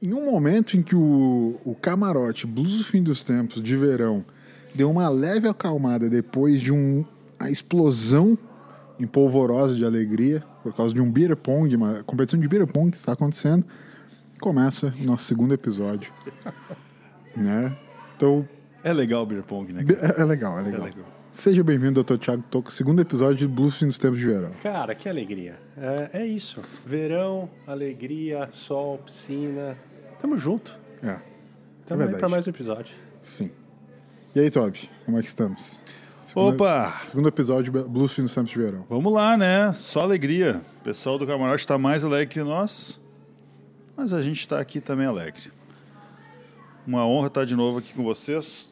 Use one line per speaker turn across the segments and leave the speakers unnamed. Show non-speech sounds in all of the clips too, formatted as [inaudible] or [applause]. Em um momento em que o, o camarote Blues do Fim dos Tempos de verão deu uma leve acalmada depois de um, a explosão em polvorosa de alegria por causa de um beer pong, uma competição de beer pong que está acontecendo, começa o nosso segundo episódio. [laughs] né? Então,
É legal o beer pong, né? cara?
é é legal, é legal.
legal.
Seja bem-vindo, Dr. Thiago Toco, segundo episódio de Blues Fim dos Tempos de Verão.
Cara, que alegria. É, é isso. Verão, alegria, sol, piscina. Tamo junto.
É,
Tamo aí
verdade.
pra mais um episódio.
sim. E aí, Toby, como é que estamos? Segundo-
Opa!
Segundo episódio de Blues Fim dos Tempos de Verão.
Vamos lá, né? Só alegria. O pessoal do camarote tá mais alegre que nós, mas a gente tá aqui também alegre. Uma honra estar de novo aqui com vocês.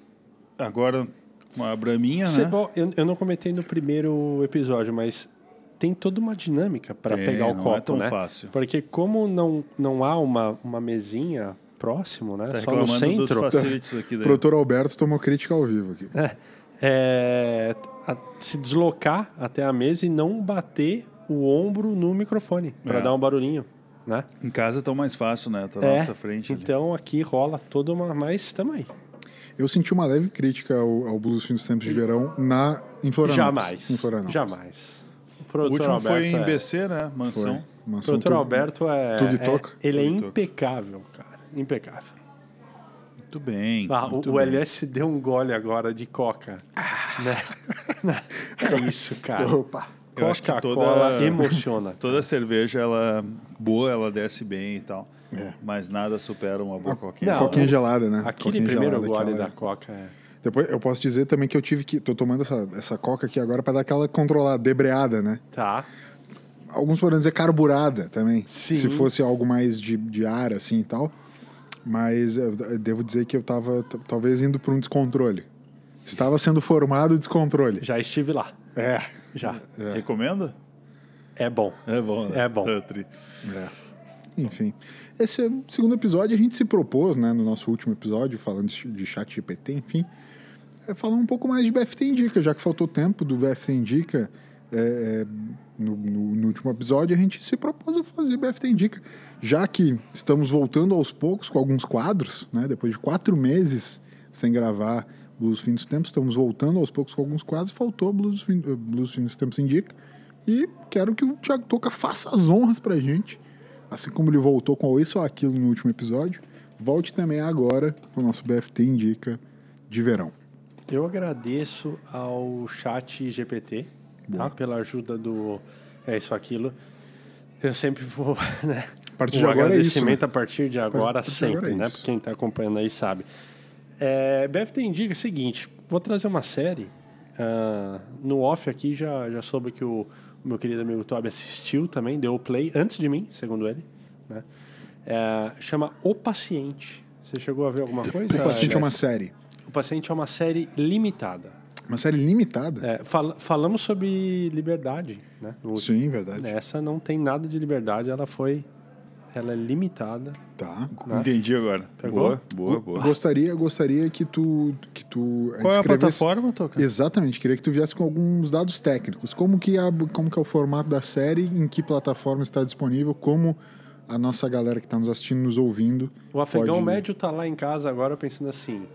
Agora uma braminha,
Cê-
né?
ó, eu, eu não comentei no primeiro episódio, mas tem toda uma dinâmica para
Tem,
pegar o
não é
copo,
tão
né?
fácil.
Porque como não, não há uma, uma mesinha próximo, né?
Tá
Só no
reclamando dos
centro. [laughs]
facilities aqui
O
daí.
produtor Alberto tomou crítica ao vivo aqui.
é, a- se deslocar até a mesa e não bater o ombro no microfone para
É.
dar um barulhinho, né?
Em casa é tão mais fácil, né? Tá na
É,
nossa frente ali.
Então aqui rola toda uma. Mas também.
Eu senti uma leve crítica ao, ao Blues Fim dos Tempos de Verão na, em Florianópolis.
Jamais.
Em Florianópolis.
Jamais. O
O
produtor
último
Alberto
foi em
é-
BC, né?
Foi.
Mansão.
Uma
O
ação
produtor
tu-
Alberto é.
Tug
é-
Tok?
ele é
Tug Tok.
impecável, cara. Impecável.
Muito bem.
Ah,
muito
o o
bem. Ah.
LS deu um gole agora de coca.
[laughs]
né? é isso, cara.
Opa.
Eu acho que
Coca-Cola
toda-
emociona.
[laughs] Toda cerveja, ela boa, ela desce bem e tal.
É.
Mas nada supera uma
Ah,
boa coquinha.
Não,
Coquinha gelada, né?
Aquele
Coquinha
primeiro
gelada,
gole
aquela-
da coca é.
Depois eu posso dizer também que eu tive que. Tô tomando essa, essa coca aqui agora pra dar aquela controlada, debreada, né?
Tá.
Alguns poderiam dizer carburada também.
Sim.
Se fosse algo mais de, de ar, assim e tal. Mas eu eu devo dizer que eu tava t- talvez indo por um descontrole. Estava sendo formado o descontrole.
Já estive lá.
É.
Já.
Recomenda?
É bom.
É bom, né?
É bom.
tri.
Enfim. Esse é o segundo episódio, a gente se propôs, né, no nosso último episódio, falando de chat GPT, enfim, é falar um pouco mais de BFT Indica, já que faltou tempo do BFT Indica. é, é, no, no- no último episódio, a gente se propôs a fazer BFT Indica, já que estamos voltando aos poucos com alguns quadros, né, depois de quatro meses sem gravar Blues Fim dos Tempos, estamos voltando aos poucos com alguns quadros, faltou Blues Fim, eh, Blues Fim dos Tempos Indica, e quero que o Thiago Toca faça as honras pra gente Assim como ele voltou com isso ou aquilo no último episódio, volte também agora com o nosso BFT Indica de verão.
Eu agradeço ao chat GPT tá? pela ajuda do É Isso Aquilo. Eu sempre vou, [laughs] né?
partir
o
de agora é isso,
agradecimento
né?
a partir de agora
A partir de
sempre,
agora é
né?
isso.
Pra quem tá acompanhando aí sabe. É, BFT indica o seguinte, vou trazer uma série. ah, no off aqui já, já soube que o, o meu querido amigo Toby assistiu também, deu o play antes de mim, segundo ele. Né? É, chama O Paciente. Você chegou a ver alguma coisa?
O paciente é uma
Jess?
série.
O Paciente é uma série limitada.
Uma série limitada.
É, fal- falamos sobre liberdade, né? no último.
Sim, verdade.
Essa não tem nada de liberdade, ela foi. Ela é limitada.
Tá.
Entendi agora.
Né? Pegou?
Boa, boa, boa.
Gostaria, gostaria que tu. Que tu
Qual é a
descrevesse-
plataforma, Toca?
Exatamente, queria que tu viesse com alguns dados técnicos. Como que, a, como que é o formato da série, em que plataforma está disponível, como a nossa galera que está nos assistindo, nos ouvindo.
O afegão
pode-
médio tá lá em casa agora pensando assim.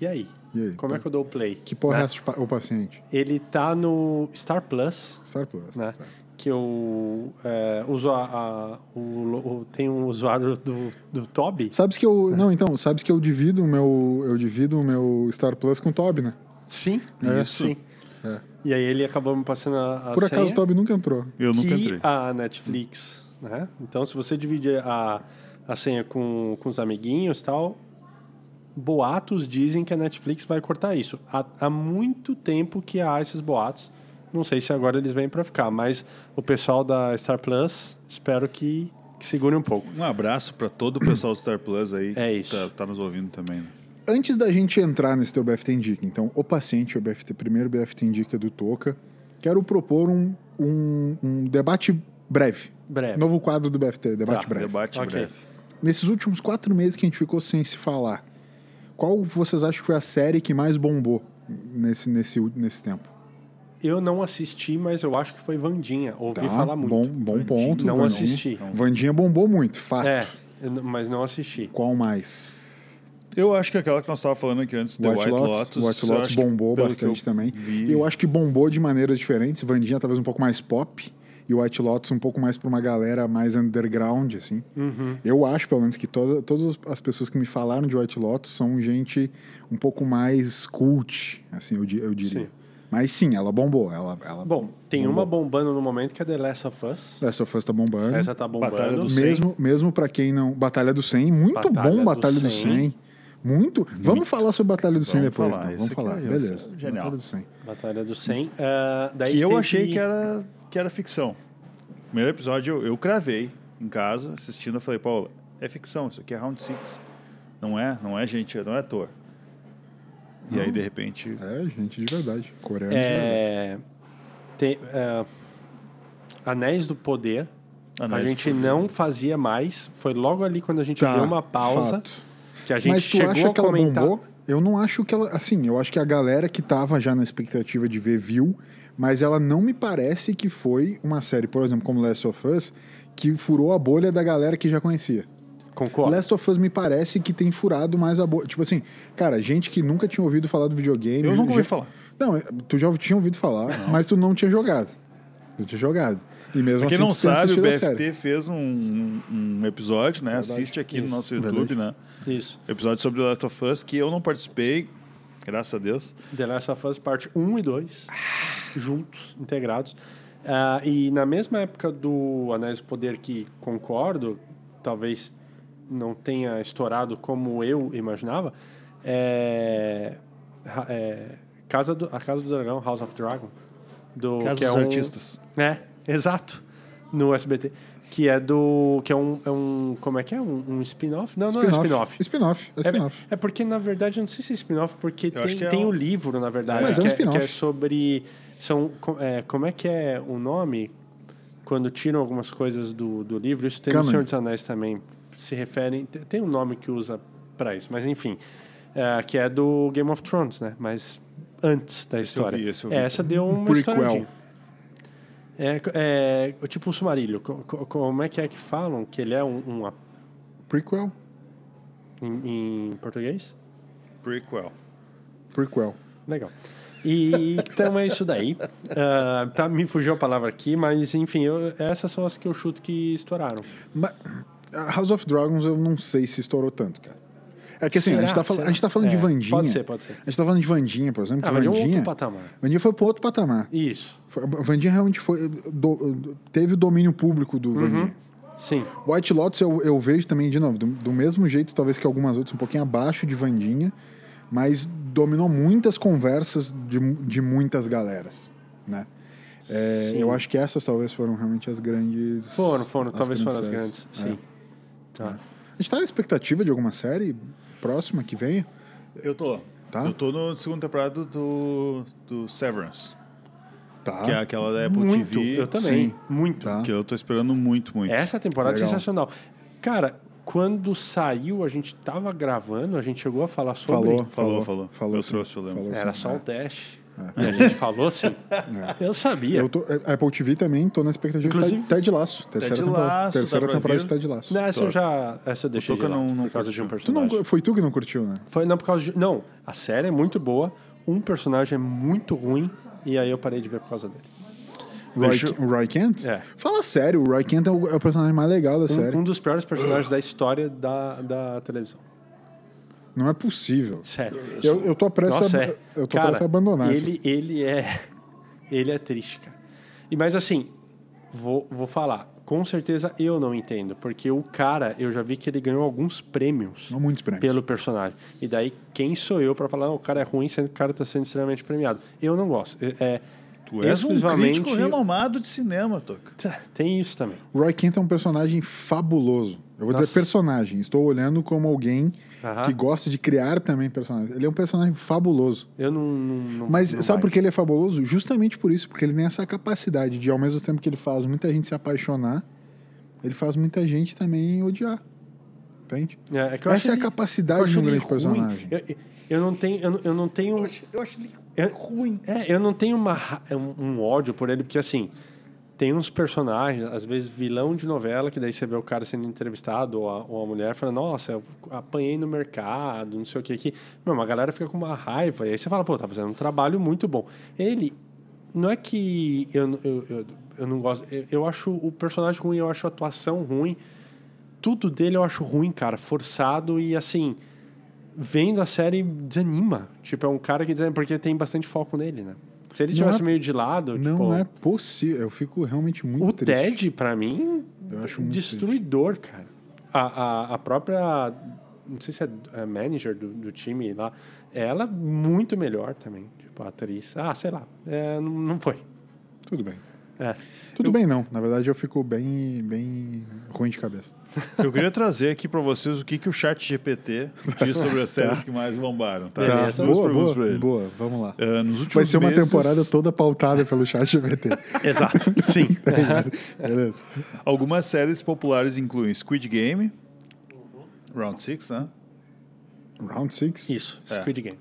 E aí?
E aí? tá?"
Como é que eu dou o play?
Que porra
né?
é essa de pa- o paciente?
Ele tá no Star Plus,
Star Plus.
né?
certo.
Que eu é, uso a, a- o, o- tem um usuário do, do Toby.
Sabes que
Né.
eu. Não, então, sabes que eu divido o meu. Eu divido o meu Star Plus com o Toby, né?
Sim.
É.
Sim.
É.
E aí ele acabou me passando a, a
Por acaso
senha.
o Toby nunca entrou.
Eu nunca
que
entrei.
a Netflix, né? Então, se você dividir a, a senha com, com os amiguinhos e tal, boatos dizem que a Netflix vai cortar isso. Há, há muito tempo que há esses boatos. Não sei se agora eles vêm para ficar, mas o pessoal da Star Plus, espero que, que segure um pouco.
Um abraço pra todo o pessoal do Star Plus aí.
É
que
isso.
Tá, tá nos ouvindo também. né?
Antes da gente entrar nesse teu BFT Indica, então, o paciente, o BFT, primeiro BFT Indica do Toca, quero propor um, um, um debate breve.
Breve.
Novo quadro do BFT, debate
Tá,
breve.
Debate
Ok.
breve.
Nesses últimos quatro meses que a gente ficou sem se falar, qual vocês acham que foi a série que mais bombou nesse, nesse, nesse tempo?
Eu não assisti, mas eu acho que foi Vandinha. Ouvi
Tá,
falar muito.
Bom, bom ponto. Ah.
Não
Vandinha.
assisti.
Vandinha bombou muito, fato.
É, Eu n- mas não assisti.
Qual mais?
Eu acho que aquela que nós estávamos falando aqui antes, The
White,
White
Lotus.
Lotus.
White
eu
Lotus
acho que,
bombou
pelo
bastante
que eu
também.
vi-
Eu acho que bombou de maneiras diferentes. Vandinha talvez um pouco mais pop e o White Lotus um pouco mais para uma galera mais underground, assim.
Uhum.
Eu acho, pelo menos, que toda, todas as pessoas que me falaram de White Lotus são gente um pouco mais cult, assim, eu, di- eu diria.
Sim.
Mas sim, ela bombou. Ela, ela
Bom, tem uma bombando no momento que é The Last of Us.
Essa foi tá bombando.
Essa tá bombando.
Batalha do Cem.
Mesmo, mesmo para quem não. Batalha do 100, muito
Batalha
bom
do
Batalha do
100.
100. Muito. Vamos falar sobre Batalha do 100
Vamos
depois,
falar,
então.
esse
Vamos
aqui
falar.
é- esse
Beleza.
é genial.
Batalha do 100.
Batalha do 100. Ah, daí
Que eu
teve-
achei que era, que era ficção. O primeiro episódio eu, eu cravei em casa, assistindo, eu falei, Paula, é ficção, isso aqui é round six. Não é, não é gente, não é ator. E aí, de repente,
É, gente de verdade. Coreano de verdade.
É, te- é, Anéis do Poder.
Anéis
a
do
gente não fazia mais. Foi logo ali quando a gente
Tá,
deu uma pausa.
fato.
Que a gente
Mas tu
chegou
acha
a
que ela
comentar.
bombou? Eu não acho que ela. Assim, eu acho que a galera que tava já na expectativa de ver viu, mas ela não me parece que foi uma série, por exemplo, como Last of Us, que furou a bolha da galera que já conhecia.
Concordo.
Last of Us me parece que tem furado mais a boa. Tipo assim, cara, gente que nunca tinha ouvido falar do videogame.
Eu nunca ouvi
já-
falar.
Não, tu já tinha ouvido falar, mas tu não tinha jogado. Tu tinha jogado. E mesmo
Pra
assim,
quem É não
tu tem
sabe, o
assistido a
BFT fez um, um episódio, né? Assiste aqui no nosso YouTube, né?
Isso.
Episódio sobre The Last of Us, que eu não participei, graças a Deus.
The Last of Us Parte 1 e 2, juntos, integrados. Ah, e na mesma época do Anéis do Poder, que concordo, talvez não tenha estourado como eu imaginava, é, ra- é, Casa do, a Casa do Dragão, House of Dragon. Do,
Casa
que
dos
é um-
Artistas.
É, exato. No SBT. Que é do. Que é um. É um como é que é? Um, um spin-off? Não, não é
Spin-off.
spin-off.
Spin-off. É spin-off.
É, é porque, na verdade, eu não sei se é spin-off, porque
acho
tem,
que é
tem
um-
o livro, na verdade,
Mas é um
que,
spin-off.
que é sobre. São, co- é, como é que é o nome? Quando tiram algumas coisas do, do livro, isso tem no
Canon.
Senhor dos Anéis também. Se referem. te- Tem um nome que usa pra isso, mas enfim. é, que é do Game of Thrones, né? Mas antes da
eu
história. É,
vi, esse eu vi.
Essa deu uma
Um Prequel.
estouradinha. É, co- é, tipo o Sumarilho. Co- co- Como é que é que falam que ele é um, um a-
Prequel.
em- em português?
Prequel.
Prequel.
Legal. E então é isso daí. Ah, tá, me fugiu a palavra aqui, mas enfim, eu- essas são as que eu chuto que estouraram.
Mas a House of Dragons eu não sei se estourou tanto, cara. É que assim, a
Será?
gente, tá fal- a
Será?
gente tá falando de
É, pode
Vandinha.
ser, pode ser.
A gente tá falando de Vandinha, por exemplo.
Ah,
que
mas é um
Vandinha,
outro patamar.
Vandinha foi pro outro patamar.
Isso.
Foi- a Vandinha realmente foi, do- teve o domínio público do
Uhum.
Vandinha.
Sim.
White Lotus eu, eu vejo também, de novo, do, do mesmo jeito, talvez que algumas outras, um pouquinho abaixo de Vandinha, mas dominou muitas conversas de, mu- de muitas galeras, né? É,
Sim.
eu acho que essas talvez foram realmente as grandes.
Foram, foram,
as
talvez foram as
séries.
grandes. Sim.
É.
Tá.
A gente tá na expectativa de alguma série próxima que venha?
Eu tô.
Tá.
Eu tô no segundo temporada do, do Severance,
Tá.
que é aquela da Apple
Muito.
TV.
Eu também.
sim.
Muito.
Tá.
Que eu tô esperando muito, muito.
Essa temporada é
Legal.
sensacional. Cara, quando saiu, a gente tava gravando, a gente chegou a falar sobre.
Falou, falou,
Falou, falou.
falou
Eu
sim.
trouxe, eu lembro.
Falou
Era
sim.
só um teste. E a gente
[laughs]
falou sim. Eu sabia.
Eu tô, a Apple TV também, tô na expectativa
Inclusive-
de Ted Laço. Terceira
Ted
temporada,
Laço,
terceira
dá pra
temporada
vir.
de Ted Laço.
Não, essa eu já. Essa eu deixei de
Toca
lado,
não- não
por causa de um
Tu
personagem.
não, foi tu que não curtiu, né?
Foi não por causa de. Não, a série é muito boa, um personagem é muito ruim, e aí eu parei de ver por causa dele.
Roy,
Deixa-
o Roy Kent?
É.
Fala sério, o Roy Kent é o, é o personagem mais legal da série.
Um dos piores personagens da história da, da televisão.
Não é possível.
Sério.
Eu, eu tô prestes
Nossa,
a,
é.
eu tô
cara,
prestes a abandonar isso.
ele, ele é. Ele é triste, cara. E, mas assim, vou, vou falar. Com certeza eu não entendo, porque o cara, eu já vi que ele ganhou alguns prêmios.
Não muitos prêmios.
pelo personagem. E daí, quem sou eu pra falar, "Não, o cara é ruim, sendo que o cara tá sendo extremamente premiado? Eu não gosto. É, é,
Tu és um
exclusivamente-
crítico renomado de cinema, Toca.
Tá, Tem isso também.
O Roy Kent é um personagem fabuloso. Eu vou
Nossa.
dizer personagem. Estou olhando como alguém
Aham.
que gosta de criar também personagens. Ele é um personagem fabuloso.
Eu não. não- não-
Mas
não
sabe
vai.
por que ele é fabuloso? Justamente por isso, porque ele tem essa capacidade de, ao mesmo tempo que ele faz muita gente se apaixonar, ele faz muita gente também odiar. Entende?
É, é que eu acho
Essa é a
ele- eu
capacidade
acho
de um
ele
grande
ruim.
personagem.
Eu, eu- eu não tenho. Eu, não- eu não tenho.
Eu acho ele
é eu- É, eu não tenho uma ra- um, um ódio por ele, porque assim. Tem uns personagens, às vezes vilão de novela, que daí você vê o cara sendo entrevistado ou a, ou a mulher falando, nossa, eu apanhei no mercado, não sei o que aqui. Meu, a galera fica com uma raiva. E aí você fala, pô, tá fazendo um trabalho muito bom. Ele, não é que eu, eu, eu, eu não gosto. Eu, eu acho o personagem ruim, eu acho a atuação ruim. Tudo dele eu acho ruim, cara. Forçado e assim. Vendo a série desanima. Tipo, é um cara que desanima, porque tem bastante foco nele, né? Se ele
Não
tivesse
é-
meio de lado.
Não
tipo,
é possível. Eu fico realmente muito
o
triste.
Ted, pra mim,
Eu acho muito
destruidor, cara. A, a, a própria. Não sei se é a manager do, do time lá. Ela muito melhor também. Tipo, a atriz. Ah, sei lá. É, não, não foi.
Tudo bem.
É.
Tudo bem, não. Na verdade, eu fico bem, bem ruim de cabeça.
Eu queria trazer aqui pra vocês o que, que o chat GPT diz sobre
Tá.
as séries que mais bombaram. Tá?
Beleza.
As duas
Boa,
perguntas
boa,
pra ele.
boa. Vamos lá.
É, nos
É.
últimos
Vai ser uma
meses,
temporada toda pautada pelo chat GPT.
Exato. Sim.
É. Beleza.
Algumas séries populares incluem Squid Game, Round Six, né?
Round 6.
Isso. Squid Game.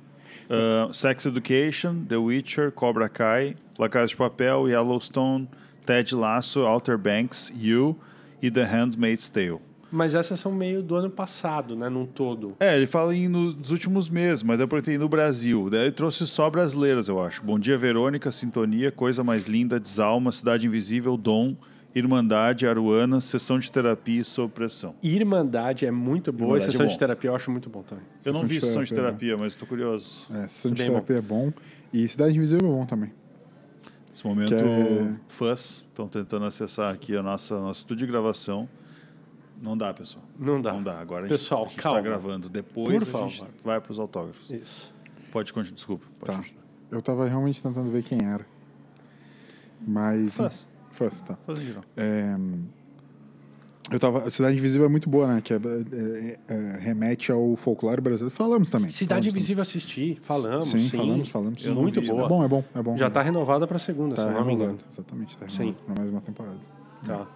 Uh, Sex Education, The Witcher, Cobra Kai, La Casa de Papel, Yellowstone, Ted Lasso, Outer Banks, You e The Handmaid's Tale.
Mas essas são meio do ano passado, né? Num todo.
É, ele fala em no- nos últimos meses, mas eu perguntei no Brasil. Daí ele trouxe só brasileiras, eu acho. Bom Dia Verônica, Sintonia, Coisa Mais Linda, Desalma, Cidade Invisível, Dom, Irmandade, Aruana, Sessão de Terapia e Sob Pressão.
Irmandade é muito boa.
Irmandade é
e sessão
bom.
de terapia eu acho muito bom também.
Eu não
Sessão
vi
de
Sessão de
Terapia, né?
Terapia, mas estou curioso.
É, Sessão de
Bem bom.
Terapia é bom. E Cidade Invisível é bom também.
Nesse momento,
Que é-
fãs estão tentando acessar aqui a nossa nosso estúdio de gravação. Não dá, pessoal.
Não dá.
Não dá. Agora
Tá. Pessoal,
a gente está
calma.
gravando. Depois
Por
a gente
favor.
vai para os autógrafos.
Isso.
Pode continuar. Desculpa. Pode
Tá.
continuar.
Eu tava realmente tentando ver quem era. Mas.
Fãs.
Fãs, tá.
Faz em geral.
É, eu tava. Cidade Invisível é muito boa, né? Que é- é- é- remete ao folclore brasileiro. Falamos também.
Cidade
falamos
Invisível assisti. Falamos.
Sim,
Sim,
falamos, falamos. Eu
não
Muito
vi,
também.
boa.
É bom, é bom, é bom.
né? Já
é
está
bom.
renovada para segunda,
tá
se eu não me engano.
renovado, Exatamente, tá
Sim.
Sim. Pra mais uma temporada.
Tá.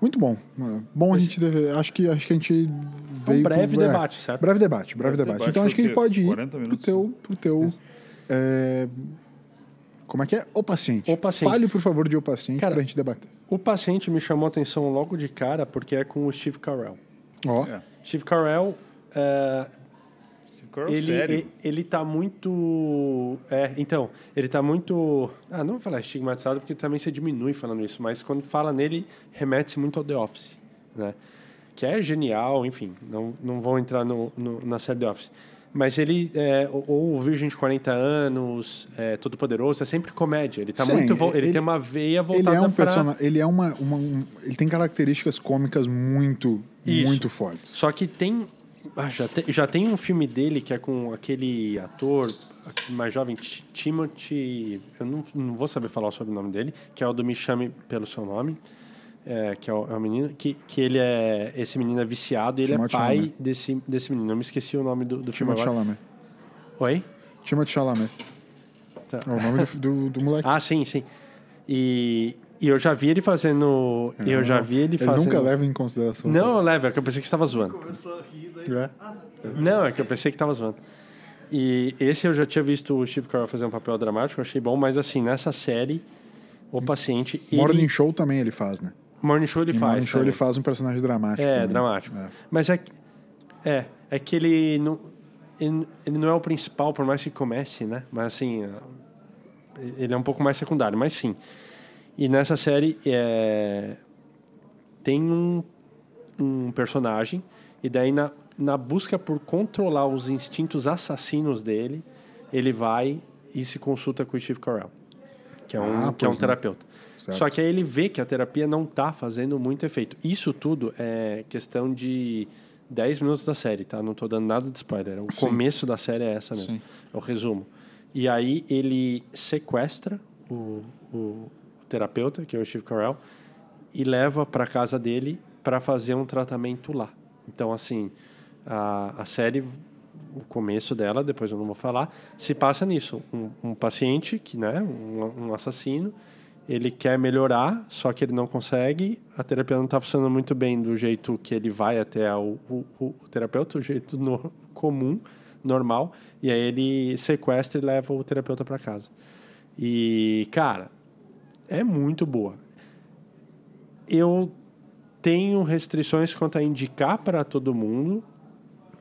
Muito bom. É, Bom, a gente deve, acho que acho que a gente veio
É um breve
pro- é,
debate, certo?
Breve debate, breve,
Breve
debate.
debate
Então
foi
acho que a gente
o quê?
pode ir
40
pro
minutos?
teu pro teu é, como é que é? O paciente.
O paciente.
Fale, por favor, de o paciente
Cara,
pra gente debater.
O paciente me chamou a atenção logo de cara porque é com o Steve Carell.
Ó,
É.
Steve Carell, é,
Ficou
ele,
É. sério.
e- ele tá muito. É, então, ele tá muito. Ah, não vou falar estigmatizado porque também você diminui falando isso, mas quando fala nele, remete-se muito ao The Office, né? Que é genial, enfim, não, não vou entrar no, no- na série The Office. Mas ele, é, ou- ou Virgem de 40 anos, é, Todo Poderoso, é sempre comédia. Ele tá
Sim,
muito. vo- Ele,
ele-
tem uma veia
ele
voltada
é um
pra-
persona, ele é uma, uma um- ele tem características cômicas muito
Isso.
muito fortes.
Só que tem. Ah, já, te- já tem um filme dele que é com aquele ator mais jovem, Ti- Timothy. Eu não, não vou saber falar sobre o nome dele, que é o do Me Chame pelo Seu Nome, é, que é o, é o menino. Que, que ele é. Esse menino é viciado e ele
Timothée
é pai
Chalamet.
desse, desse menino. Eu me esqueci o nome do, do filme
Timothée
agora.
Chalamet.
Oi?
Timothée Chalamet.
Tá.
É o nome do, do, do moleque.
Ah, sim, sim. E, e eu já vi ele fazendo. eu já vi ele fazendo.
É. nunca leva em consideração.
Não, leva, é que eu pensei que você estava zoando.
Começou a rir, daí...
É.
Não, é que eu pensei que tava zoando. E esse eu já tinha visto o Steve Carell fazer um papel dramático, eu achei bom, mas assim, nessa série, o paciente. ele-
Morning Show também ele faz, né?
Morning Show ele
Em
faz.
Morning Show
também.
ele faz um personagem dramático.
É,
também.
dramático.
É.
Mas é, que- é, é que ele não, ele, ele não é o principal, por mais que comece, né? Mas assim, eh, ele é um pouco mais secundário, mas sim. E nessa série é, tem um, um personagem, e daí na, na busca por controlar os instintos assassinos dele, ele vai e se consulta com o Steve Carell, que é um,
Ah,
que é um
pois não.
terapeuta.
Certo.
Só que aí ele vê que a terapia não está fazendo muito efeito. Isso tudo é questão de 10 minutos da série, tá? Não tô dando nada de spoiler. é O começo da série é essa mesmo. É o resumo. E aí ele sequestra o, o terapeuta, que é o Steve Carell, e leva para casa dele para fazer um tratamento lá. Então, assim, a, a série, o começo dela, depois eu não vou falar, se passa nisso. Um, um paciente, que né, um, um assassino, ele quer melhorar, só que ele não consegue. A terapia não está funcionando muito bem do jeito que ele vai até o, o- o terapeuta, o jeito no- comum, normal. E aí ele sequestra e leva o terapeuta para casa. E, cara, é muito boa. eu tenho restrições quanto a indicar para todo mundo,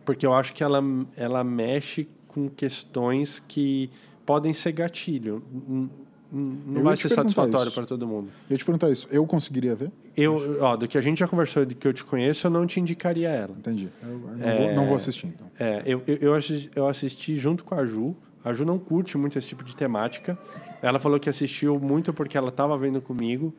porque eu acho que ela, ela mexe com questões que podem ser gatilho. N- n- Não
Eu ia
vai
te
ser
perguntar
satisfatório
isso.
para todo mundo.
Eu ia te perguntar isso. Eu conseguiria ver?
Eu, ó, do que a gente já conversou e do que eu te conheço, eu não te indicaria ela.
Entendi. Eu, eu não, vou, não vou assistir, então.
É, eu, eu, eu assis- eu assisti junto com a Ju. A Ju não curte muito esse tipo de temática. Ela falou que assistiu muito porque ela estava vendo comigo.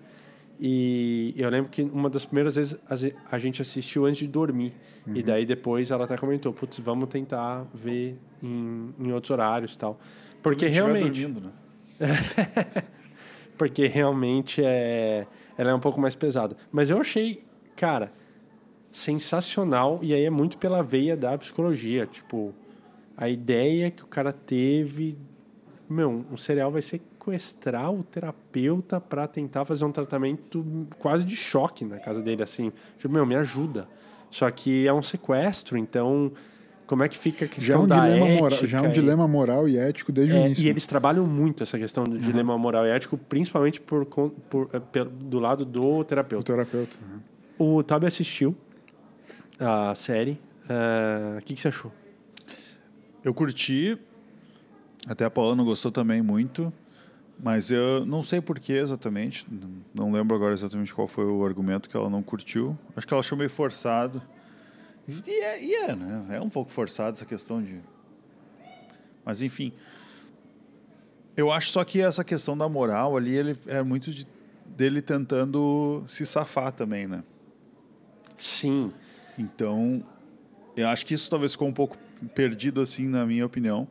E eu lembro que uma das primeiras vezes a ze- a gente assistiu antes de dormir. E daí depois ela até comentou: putz, vamos tentar ver em, em outros horários e tal. Porque
Quando estiver
realmente.
dormindo, né?
[laughs] Porque realmente é, ela é um pouco mais pesada. Mas eu achei, cara, sensacional. E aí é muito pela veia da psicologia. Tipo, a ideia que o cara teve. Meu, um cereal vai sequestrar o terapeuta para tentar fazer um tratamento quase de choque na casa dele, assim. Tipo, meu, me ajuda. Só que é um sequestro, então. Como é que fica a
Já é,
questão
um
da
dilema
ética?
mora- já é um
e-
dilema moral e ético desde o
é,
início. né?
e eles trabalham muito essa questão do dilema moral e ético, principalmente por, con- por- eh, pelo- do lado do
O
terapeuta.
terapeuta. né?
O Toby assistiu a série. eh, O que, que você achou?
Eu curti. Até a Paola não gostou também muito. Mas eu não sei por que exatamente. n- Não lembro agora exatamente qual foi o argumento que ela não curtiu. Acho que ela achou meio forçado. E é, e é, né? É um pouco forçado essa questão de. Mas enfim. Eu acho só que essa questão da moral ali ele é muito de- dele tentando se safar também, né?
Sim.
Então, eu acho que isso talvez ficou um pouco perdido, assim, na minha opinião.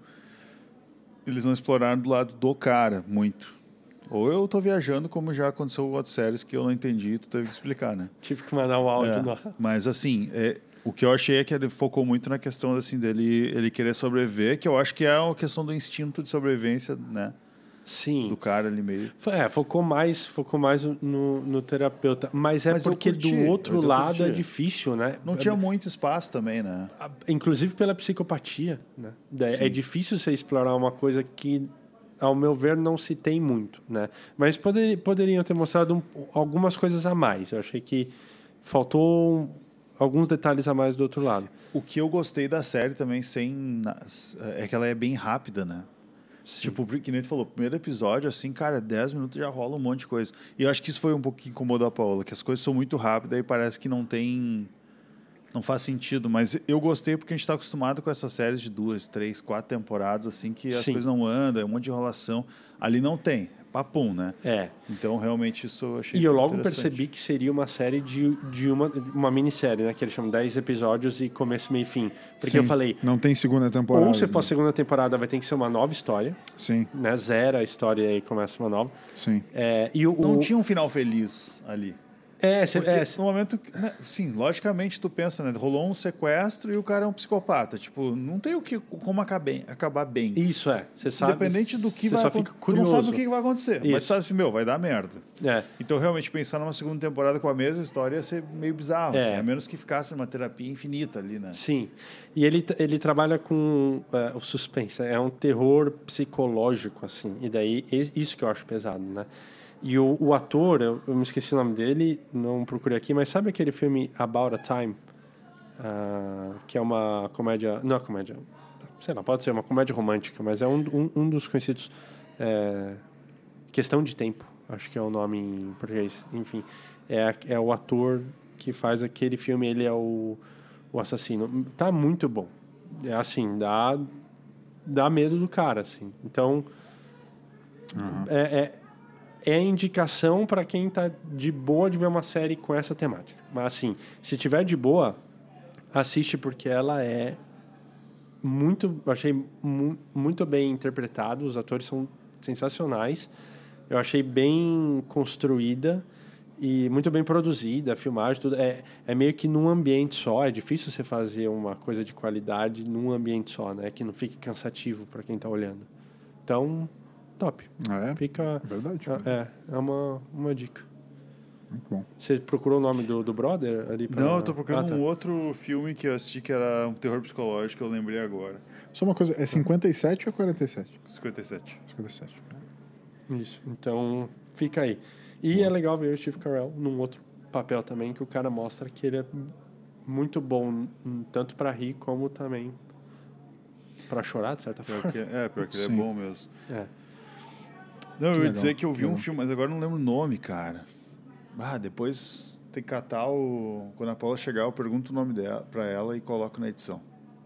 Eles não exploraram do lado do cara muito. Ou eu tô viajando, como já aconteceu com outras séries que eu não entendi e tu teve que explicar, né?
Tive que mandar um áudio. no-
É, mas assim, é, o que eu achei é que ele focou muito na questão assim, dele ele querer sobreviver, que eu acho que é uma questão do instinto de sobrevivência, né?
Sim.
Do cara ali meio.
Fo- É, focou mais, focou mais no, no terapeuta. Mas é
Mas eu
porque
curti,
do outro
mas eu
lado é
curti.
difícil, né?
Não
É-
tinha muito espaço também, né?
a- inclusive pela psicopatia, né? Da- É difícil você explorar uma coisa que, ao meu ver, não se tem muito, né? Mas poderi- poderiam ter mostrado um- algumas coisas a mais. Eu achei que faltou um- alguns detalhes a mais do outro lado.
O que eu gostei da série também, sem. na- É que ela é bem rápida, né? Tipo, que nem tu falou, primeiro episódio, assim, cara, 10 minutos já rola um monte de coisa. E eu acho que isso foi um pouco que incomodou a Paola, que as coisas são muito rápidas e parece que não tem. Não faz sentido, mas eu gostei porque a gente está acostumado com essas séries de duas, três, quatro temporadas, assim, que as
Sim.
coisas não andam, é um monte de enrolação. Ali não tem, é papum, né?
É.
Então, realmente, isso eu achei.
E eu logo
interessante.
percebi que seria uma série de, de uma, uma minissérie, né? Que eles chamam 10 episódios e começo, meio e fim. Porque eu
Sim.
falei,
Não tem segunda temporada.
ou se
né?
for a segunda temporada, vai ter que ser uma nova história,
Sim,
né? Zera a história e aí começa uma nova.
sim.
É, e o,
Não
o-
tinha um final feliz ali.
É, cê,
Porque
é, cê-
no momento. que- né, sim, logicamente tu pensa, né? Rolou um sequestro e o cara é um psicopata. Tipo, não tem o que, como acabar bem. Acabar bem.
Isso é, você sabe.
Independente do que
cê
vai
só
acon-
fica
Tu não
curioso.
sabe o que vai acontecer. Mas
Isso.
tu sabe assim, meu, vai dar merda.
É,
Então, realmente, pensar numa segunda temporada com a mesma história ia ser meio bizarro.
É.
assim, a menos que ficasse numa terapia infinita ali, né?
sim. E ele, tra- ele trabalha com é, o suspense, é um terror psicológico, assim. E daí, es- isso que eu acho pesado, né? E o, o ator, eu, eu me esqueci o nome dele, não procurei aqui, mas sabe aquele filme About a Time? Ah, que é uma comédia. Não é comédia. Sei lá, pode ser uma comédia romântica, mas é um, um, um dos conhecidos. é, Questão de Tempo, acho que é o nome em português. Enfim, é, a- é o ator que faz aquele filme, ele é o, o assassino. Tá muito bom. É assim, dá, dá medo do cara, assim. Então, é, é, é indicação para quem tá de boa de ver uma série com essa temática. Mas assim, se tiver de boa, assiste porque ela é muito, eu achei mu- muito bem interpretado, os atores são sensacionais. Eu achei bem construída e muito bem produzida, a filmagem, tudo. É, é meio que num ambiente só, é difícil você fazer uma coisa de qualidade num ambiente só, né? Que não fique cansativo para quem tá olhando. Então, top.
É,
Fica.
verdade.
É, é uma, uma dica.
Muito bom.
Você procurou o nome do, do brother ali? pra-
Não, eu tô procurando
Ah, tá.
um outro filme que eu assisti que era um terror psicológico, eu lembrei agora.
Só uma coisa, é 57 ou 47?
57.
57.
Isso. Então, fica aí. E é legal ver o Steve Carell num outro papel também que o cara mostra que ele é muito bom hum, tanto para rir como também para chorar, de certa
Pior
forma.
que- é, pior que ele é
Sim.
bom mesmo.
É.
Não, eu ia
legal,
dizer que eu vi
que
um
legal.
filme, mas agora eu não lembro o nome, cara. Ah, depois tem que catar o. Quando a Paula chegar, eu pergunto o nome dela pra ela e coloco na edição.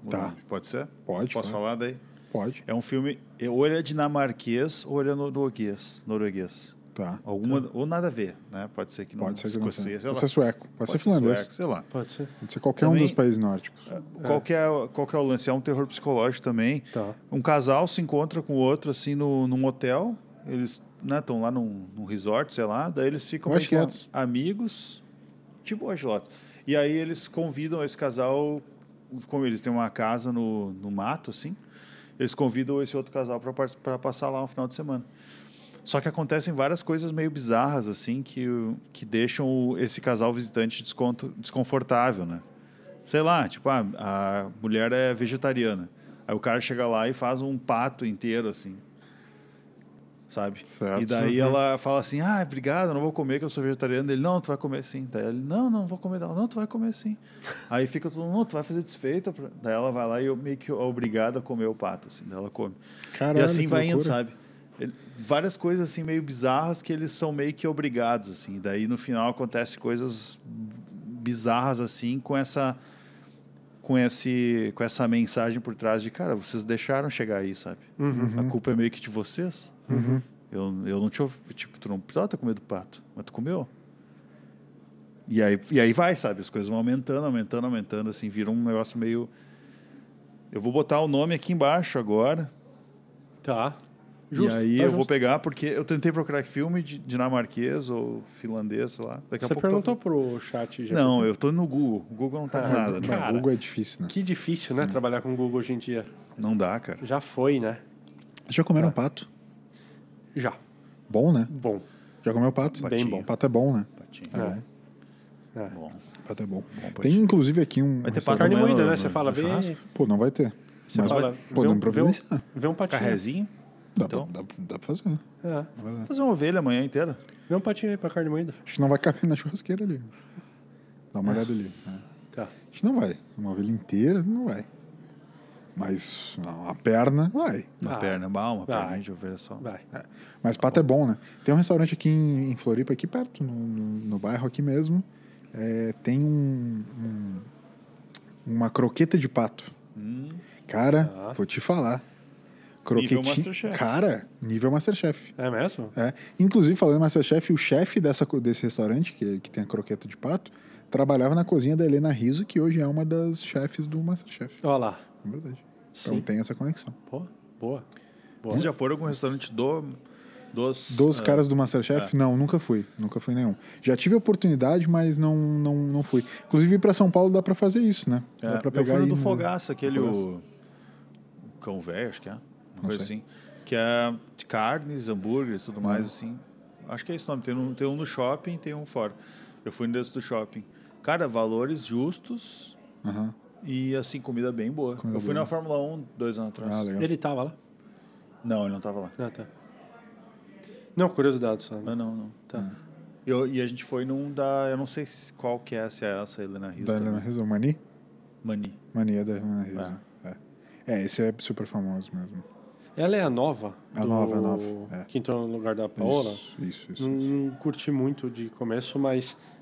O
Tá.
nome. Pode ser?
Pode,
Posso
claro.
falar daí?
Pode.
É um filme. Ou ele é dinamarquês ou ele é norueguês. norueguês.
Tá.
Alguma, ou nada a ver, né? Pode ser que não
Pode ser que não
escocês,
tenha.
sei lá.
Pode ser sueco, pode ser finlandês.
sueco, sei lá.
Pode ser.
Pode ser qualquer um
Também-
dos países nórdicos.
Qual, que é, qual que é o lance? É um terror psicológico também.
Tá.
Um casal se encontra com o outro, assim, no, num hotel. Eles estão lá num, num resort, sei lá. Daí eles ficam meio que
Watchlots.
amigos, tipo Watchlots. E aí eles convidam esse casal, como eles têm uma casa no, no mato, assim. Eles convidam esse outro casal para passar lá um final de semana. Só que acontecem várias coisas meio bizarras, assim, que, o- que deixam o- esse casal visitante desconto- desconfortável, né? Sei lá, tipo, ah, a mulher é vegetariana. Aí o cara chega lá e faz um pato inteiro, assim. Sabe?
Certo.
E daí
Uhum.
ela fala assim: ah, obrigado, eu não vou comer que eu sou vegetariano. Ele: não, tu vai comer sim. Daí ele: não, não vou comer dela. Não, tu vai comer sim. Aí fica todo mundo: não, tu vai fazer desfeita. pra-" Daí ela vai lá e eu meio que é obrigada a comer o pato, assim. Daí ela come.
Caralho,
e assim
que
vai indo,
loucura.
sabe? Ele- várias coisas assim meio bizarras que eles são meio que obrigados assim. Daí no final acontece coisas bizarras assim com essa com esse com essa mensagem por trás de cara, vocês deixaram chegar aí, sabe?
Uhum,
A culpa é meio que de vocês. Eu, eu não te ouvi, tipo, tu não precisava ter comido pato, mas tu comeu. E aí, e aí vai, sabe? As coisas vão aumentando, aumentando, aumentando, assim, vira um negócio meio. Eu vou botar o nome aqui embaixo agora,
Tá.
e aí eu vou pegar, porque eu tentei procurar que filme de dinamarquês ou finlandês, sei lá. Daqui a
Você
pouco.
perguntou pro chat
Tô...
já.
Não, eu tô no Google. O Google não tá com
Ah,
nada.
cara.
Né?
O Google é difícil, né?
Que difícil, né? Trabalhar com o Google hoje em dia.
Não dá, cara.
Já foi, né?
Já comeram pato?
Já.
Bom, né?
Bom.
Já comeu pato?
Bem bom.
Pato é bom, né?
Patinho.
É.
Bom.
Pato é bom. Tem
patinho.
inclusive aqui um.
Vai ter
restaurante-
Carne
amanhã
moída,
no-
né? Você
no
fala, vê,
um churrasco?
Pô, não vai ter.
você
mas
fala,
vai- podemos
vê, um- vê,
providenciar.
um- vê um patinho.
Carrezinho.
Dá,
Então.
pra, dá, pra- dá pra fazer.
É.
Vou fazer uma ovelha amanhã inteira.
Vê um patinho aí pra carne moída.
Acho que não vai caber na churrasqueira ali. Dá uma olhada ali. né?
Tá.
Acho que não vai. Uma ovelha inteira não vai. Mas não, a perna vai.
Uma
Ah.
perna, uma, uma
Vai.
perna de ovelha só.
Vai.
É. Mas pato é bom, né? Tem um restaurante aqui em, em Floripa, aqui perto, no, no- no bairro aqui mesmo. É, tem um, um- uma croqueta de pato. Cara,
Tá.
vou te falar.
Hum. Ah. Nível
Croquetinho.
Masterchef.
Cara, nível Masterchef.
É mesmo?
É. Inclusive, falando em Masterchef, o chefe dessa, co- desse restaurante, que, que tem a croqueta de pato, trabalhava na cozinha da Helena Riso, que hoje é uma das chefes do Masterchef.
Olha lá.
É verdade. Então
Sim.
tem essa conexão.
Pô, boa. Boa.
Vocês já foram a algum restaurante do, dos.
Dos
É.
ah,
caras do Masterchef? Não, nunca fui. Nunca fui nenhum. Já tive a oportunidade, mas não, não, não fui. Inclusive, ir pra São Paulo dá pra fazer isso, né?
É,
dá pra
eu fui
aí
no do
no-
Fogaça, aquele
Fogaça.
o... o cão velho, acho que é. Uma coisa
sei. Uhum.
assim. Que é de carnes, hambúrgueres e tudo mais, assim. Acho que é esse nome. Tem um, tem um no shopping tem um fora. Eu fui nesse do shopping. Cara, valores justos
Aham.
e, assim, comida bem boa.
Comida
eu fui
boa.
na Fórmula 1 dois anos atrás.
Ah, legal.
Ele tava lá?
Não, ele não tava lá. Ah,
Ah, tá. Não, curiosidade só.
Não, não, não.
Tá.
Hum.
Eu, e a gente foi num da... Eu não sei se- qual que é, se é essa, Helena Rios.
Da Helena
também.
Rizzo, Mani?
Mani.
Mania da Helena Rizzo. É. é, esse é super famoso mesmo.
Ela é a nova.
A
do-
nova, a nova, é.
Que entrou no lugar da Paola.
Isso, isso, isso.
Não, não curti muito de começo, mas
Né?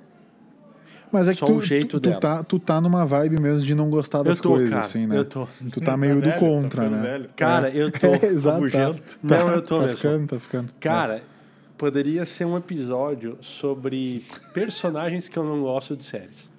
Mas é que
Só
tu,
o jeito
tu, tu
dela.
tá, tu tá numa vibe mesmo de não gostar das
tô,
coisas,
cara,
assim, né?
eu tô.
Tu tá meio do
Velho, tá
contra, né? [laughs]
ficando velho.
Cara, eu tô
É, exato. Tá,
rabugento.
Tá-
Não, eu tô
tá
mesmo.
ficando, tá ficando.
Cara, poderia ser um episódio sobre personagens que eu não gosto de séries.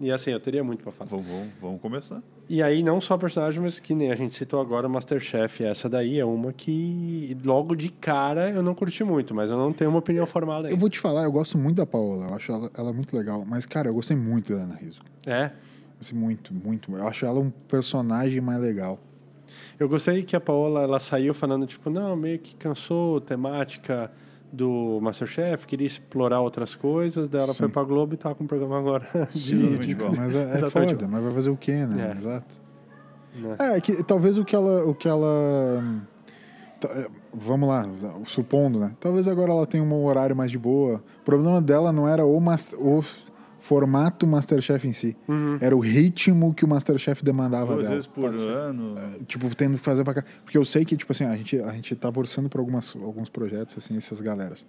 E assim, eu teria muito pra falar.
Vamos, vamos, vamos começar.
E aí, não só personagens, mas que nem a gente citou agora, o Masterchef. Essa daí é uma que, logo de cara, eu não curti muito, mas eu não tenho uma opinião formada aí.
Eu vou te falar, eu gosto muito da Paola, eu acho ela, ela muito legal. Mas, cara, eu gostei muito da Ana Rizzo.
É.
Assim, muito, muito. Eu acho ela um personagem mais legal.
Eu gostei que a Paola ela saiu falando, tipo, não, meio que cansou a temática do Masterchef, queria explorar outras coisas, daí ela foi pra Globo e tá com um programa agora [laughs] de,
Exatamente igual.
Mas é, é
Exatamente.
foda, mas vai fazer o quê, né?
É.
Exato.
Né.
É, é que talvez o que ela. O que ela hum, tá, é, vamos lá, supondo, né? Talvez agora ela tenha um horário mais de boa. O problema dela não era o, mas, o formato Masterchef em si. Era o ritmo que o Masterchef demandava
Duas
dela.
vezes por ano.
Tipo, tendo que fazer pra cá. Porque eu sei que, tipo assim, a gente, a gente tava orçando pra algumas, alguns projetos, assim, essas galeras.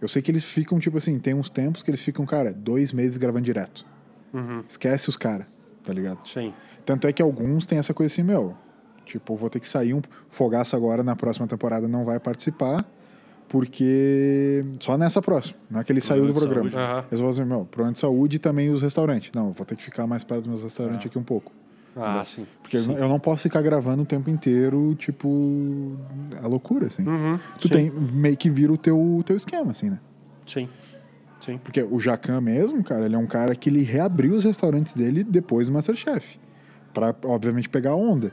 Eu sei que eles ficam, tipo assim, tem uns tempos que eles ficam, cara, dois meses gravando direto. Esquece os caras, tá ligado?
Sim.
Tanto é que alguns têm essa coisa assim, meu. Tipo, vou ter que sair um fogaço agora na próxima temporada, não vai participar, porque. Só nessa próxima, não é que ele saiu do
Problema de
programa.
saúde. Aham.
Eles vão dizer, meu, problema de saúde e também os restaurantes. Não, vou ter que ficar mais perto dos meus restaurantes aqui um pouco.
Ah, sim.
Porque eu não- é- eu não posso ficar gravando o tempo inteiro, tipo, a loucura, assim. tu
Hum, sim.
tem, meio que vira o teu, teu esquema, assim, né?
Sim. Sim.
Porque o Jacan mesmo, cara, ele é um cara que ele reabriu os restaurantes dele depois do Masterchef. Pra, obviamente, pegar a onda.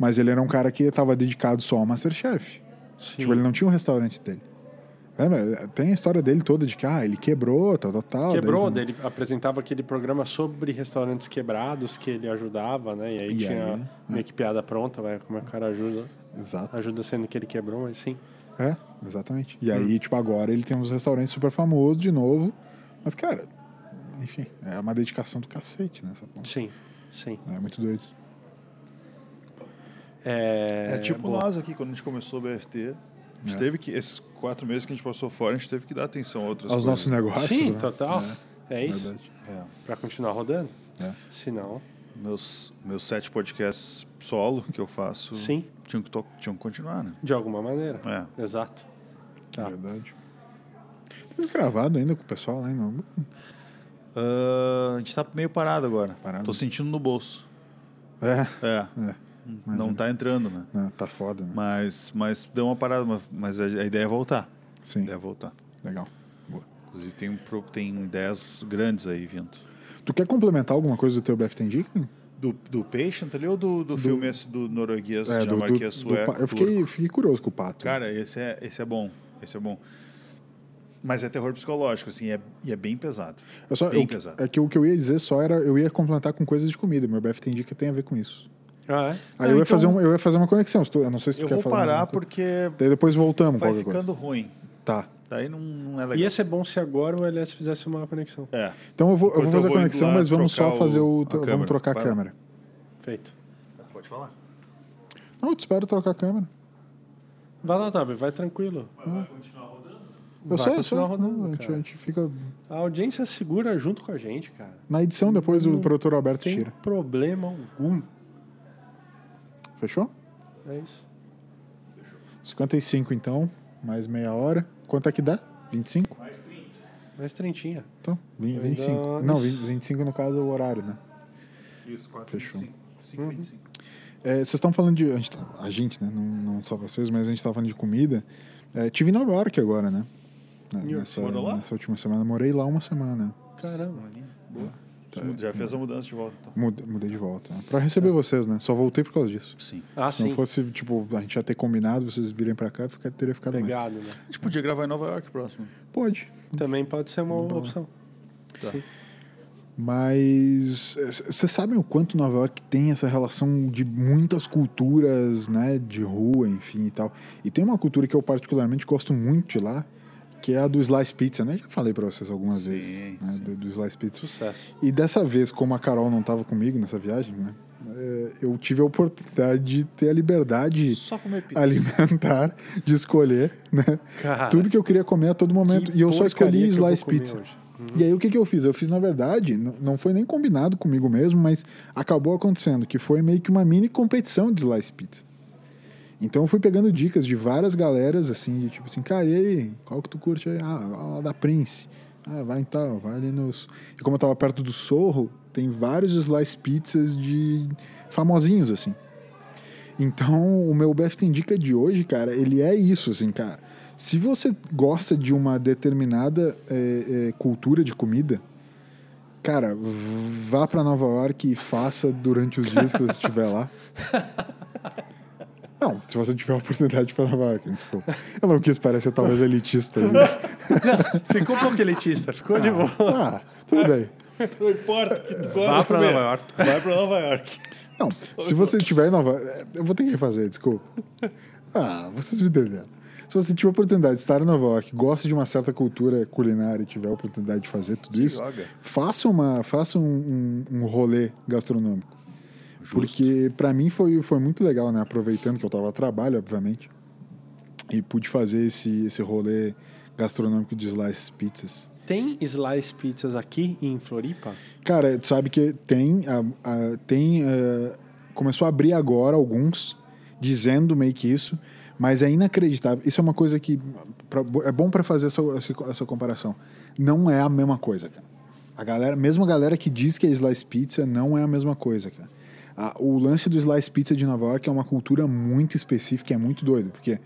Mas ele era um cara que tava dedicado só ao Masterchef.
Sim.
Tipo, ele não tinha um restaurante dele. Lembra? Tem a história dele toda de que, ah, ele quebrou, tal, tal, tal.
Quebrou,
daí-
daí ele apresentava aquele programa sobre restaurantes quebrados que ele ajudava, né? E aí
E
tinha
aí,
meio que piada pronta, vai, como é que o cara ajuda,
Exato.
ajuda sendo que ele quebrou, mas sim.
É, exatamente. E aí, tipo, agora ele tem uns restaurantes super famosos de novo. Mas, cara, enfim, é uma dedicação do cacete, né? Essa porra.
Sim, sim.
É muito doido.
É,
É, tipo
boa.
nós aqui, quando a gente começou o BFT, a gente teve que, esses quatro meses que a gente passou fora, a gente teve que dar atenção a outras
Aos nossos
coisas.
negócios.
Sim,
tá.
né?
total. É,
É
isso.
verdade.
Pra continuar rodando.
É.
Se não,
Meus, meus sete podcasts solo que eu faço
Sim.
tinham, que to- tinham que continuar, né?
de alguma maneira.
É.
Exato. Tá.
É verdade. Tem gravado ainda com o pessoal lá, hein? não?
Ah, a gente tá meio parado agora.
Parado.
Tô sentindo no bolso.
É.
É,
é.
não tá entrando, né?
Não, tá foda, né?
Mas, mas deu uma parada, mas- mas a, a ideia é voltar. A
Sim.
ideia é voltar.
Legal. Boa.
Inclusive tem, um pro- tem ideias grandes aí vindo.
Tu quer complementar alguma coisa do teu BFT Indica?
Do, do Patient ali ou do, do, filme esse do norueguês,
É, do, do,
dinamarquês,
do
sueco?
pa- Eu
turco?
fiquei, fiquei curioso com o Pato.
é Cara, esse é, esse é bom. Esse é bom. Mas é terror psicológico, assim, é, e é bem pesado.
eu só,
bem
eu-
pesado.
é que o que eu ia dizer só era... Eu ia complementar com coisas de comida. Meu BFT Indica tem a ver com isso. Aí eu,
Não,
Ah, é?
ia
então-
fazer um, eu ia fazer uma conexão. se tu- Eu não sei se tu
Eu
quer
vou
falar né?
parar
alguma coisa.
porque
Daí depois voltamos.
vai
qualquer coisa.
ficando ruim.
Tá.
Daí não, não é
Ia
legal.
ser bom se agora o LS fizesse uma conexão.
É.
Então eu vou, eu vou
Enquanto eu
fazer a
vou indo
conexão,
lá
mas vamos
trocar
só fazer
o-
o...
a câmera.
Vamos trocar a
Vai lá.
câmera.
Feito.
Pode falar.
Não, eu te espero trocar a câmera.
Vai lá, Tabi, vai tranquilo.
Hum.
Vai continuar rodando?
Eu
Vai
sei, eu sei.
continuar rodando,
a, gente,
cara.
a gente fica...
A audiência segura junto com a gente, cara.
Na edição, depois
Hum.
o produtor Alberto
Sem
tira.
problema algum.
Fechou?
É isso.
55, então. Mais meia hora. Quanto é que dá? 25?
Mais trentinha.
Então, vin- 25.
é.
Dois.
Não, vin- 25 no caso é o horário, né?
Isso, 4
Fechou. Uhum.
5, 25.
É, Vocês estão falando de... A gente, tá- a gente, né? Não, não só vocês, mas a gente tá falando de comida. É, tive em Nova York agora, né? É,
York.
Nessa,
Morou lá?
nessa última semana. Morei lá uma semana. Tá
Caramba.
Boa. Tu mu- Já fez a mudança de volta, então.
Mudei, mudei de volta. Né? Pra
Tá.
receber vocês, né? Só voltei por causa disso.
Sim.
Ah,
Se não
sim.
fosse, tipo, a gente já ter combinado, vocês virem pra cá, eu fica- teria ficado mais.
Pegado, né?
A gente podia gravar em Nova York próximo.
Pode.
Também pode ser uma opção.
Mas vocês sabem o quanto Nova York tem essa relação de muitas culturas, né, de rua, enfim e tal. E tem uma cultura que eu particularmente gosto muito de lá, que é a do slice pizza, né? Já falei pra vocês algumas vezes, né, do, do slice pizza.
Sucesso.
E dessa vez, como a Carol não tava comigo nessa viagem, né, eh, eu tive a oportunidade de ter a liberdade
Só comer pizza.
alimentar, de escolher, né?
Cara,
Tudo que eu queria comer a todo momento.
que
E eu só escolhi
porcaria que eu vou
slice
comer
pizza.
hoje.
E aí o que, que eu fiz? Eu fiz, na verdade, n- não foi nem combinado comigo mesmo, mas acabou acontecendo, que foi meio que uma mini competição de slice pizza. Então eu fui pegando dicas de várias galeras, assim, de tipo assim, cara, e aí, qual que tu curte aí? Ah, vai lá da Prince. Ah, vai em tal, vai ali nos. E como eu tava perto do Sorro, tem vários slice pizzas de famosinhos, assim. Então, o meu Best Indica de hoje, cara, ele é isso, assim, cara. Se você gosta de uma determinada é, é, cultura de comida, cara, v- vá pra Nova York e faça durante os dias que você estiver lá. Não, se você tiver a oportunidade pra Nova York, desculpa. Eu não quis parecer talvez elitista. Né?
Ficou um pouco elitista, ficou de boa.
Ah, tudo bem.
Não importa que tu gosta
Vá
de
pra
comer.
Nova York.
Vai pra Nova York.
Não, é, se você tiver em Nova. Eu vou ter que refazer, desculpa. Ah, vocês me entenderam. Se você tiver a oportunidade de estar em Nova York, gosta de uma certa cultura culinária e tiver a oportunidade de fazer tudo
Se
isso,
joga.
faça, uma, faça um, um, um rolê gastronômico.
Justo.
Porque para mim foi, foi muito legal, né? Aproveitando que eu tava a trabalho, obviamente. E pude fazer esse, esse rolê gastronômico de slice pizzas.
Tem slice pizzas aqui em Floripa?
Cara, tu sabe que tem. a- a- tem eh, começou a abrir agora alguns, dizendo meio que isso, mas é inacreditável. Isso é uma coisa que. pra- é bom para fazer essa, essa, essa comparação. Não é a mesma coisa, cara. A galera, mesmo a galera que diz que é slice pizza, não é a mesma coisa, cara. A- o lance do slice pizza de Nova York é uma cultura muito específica, é muito doido, porque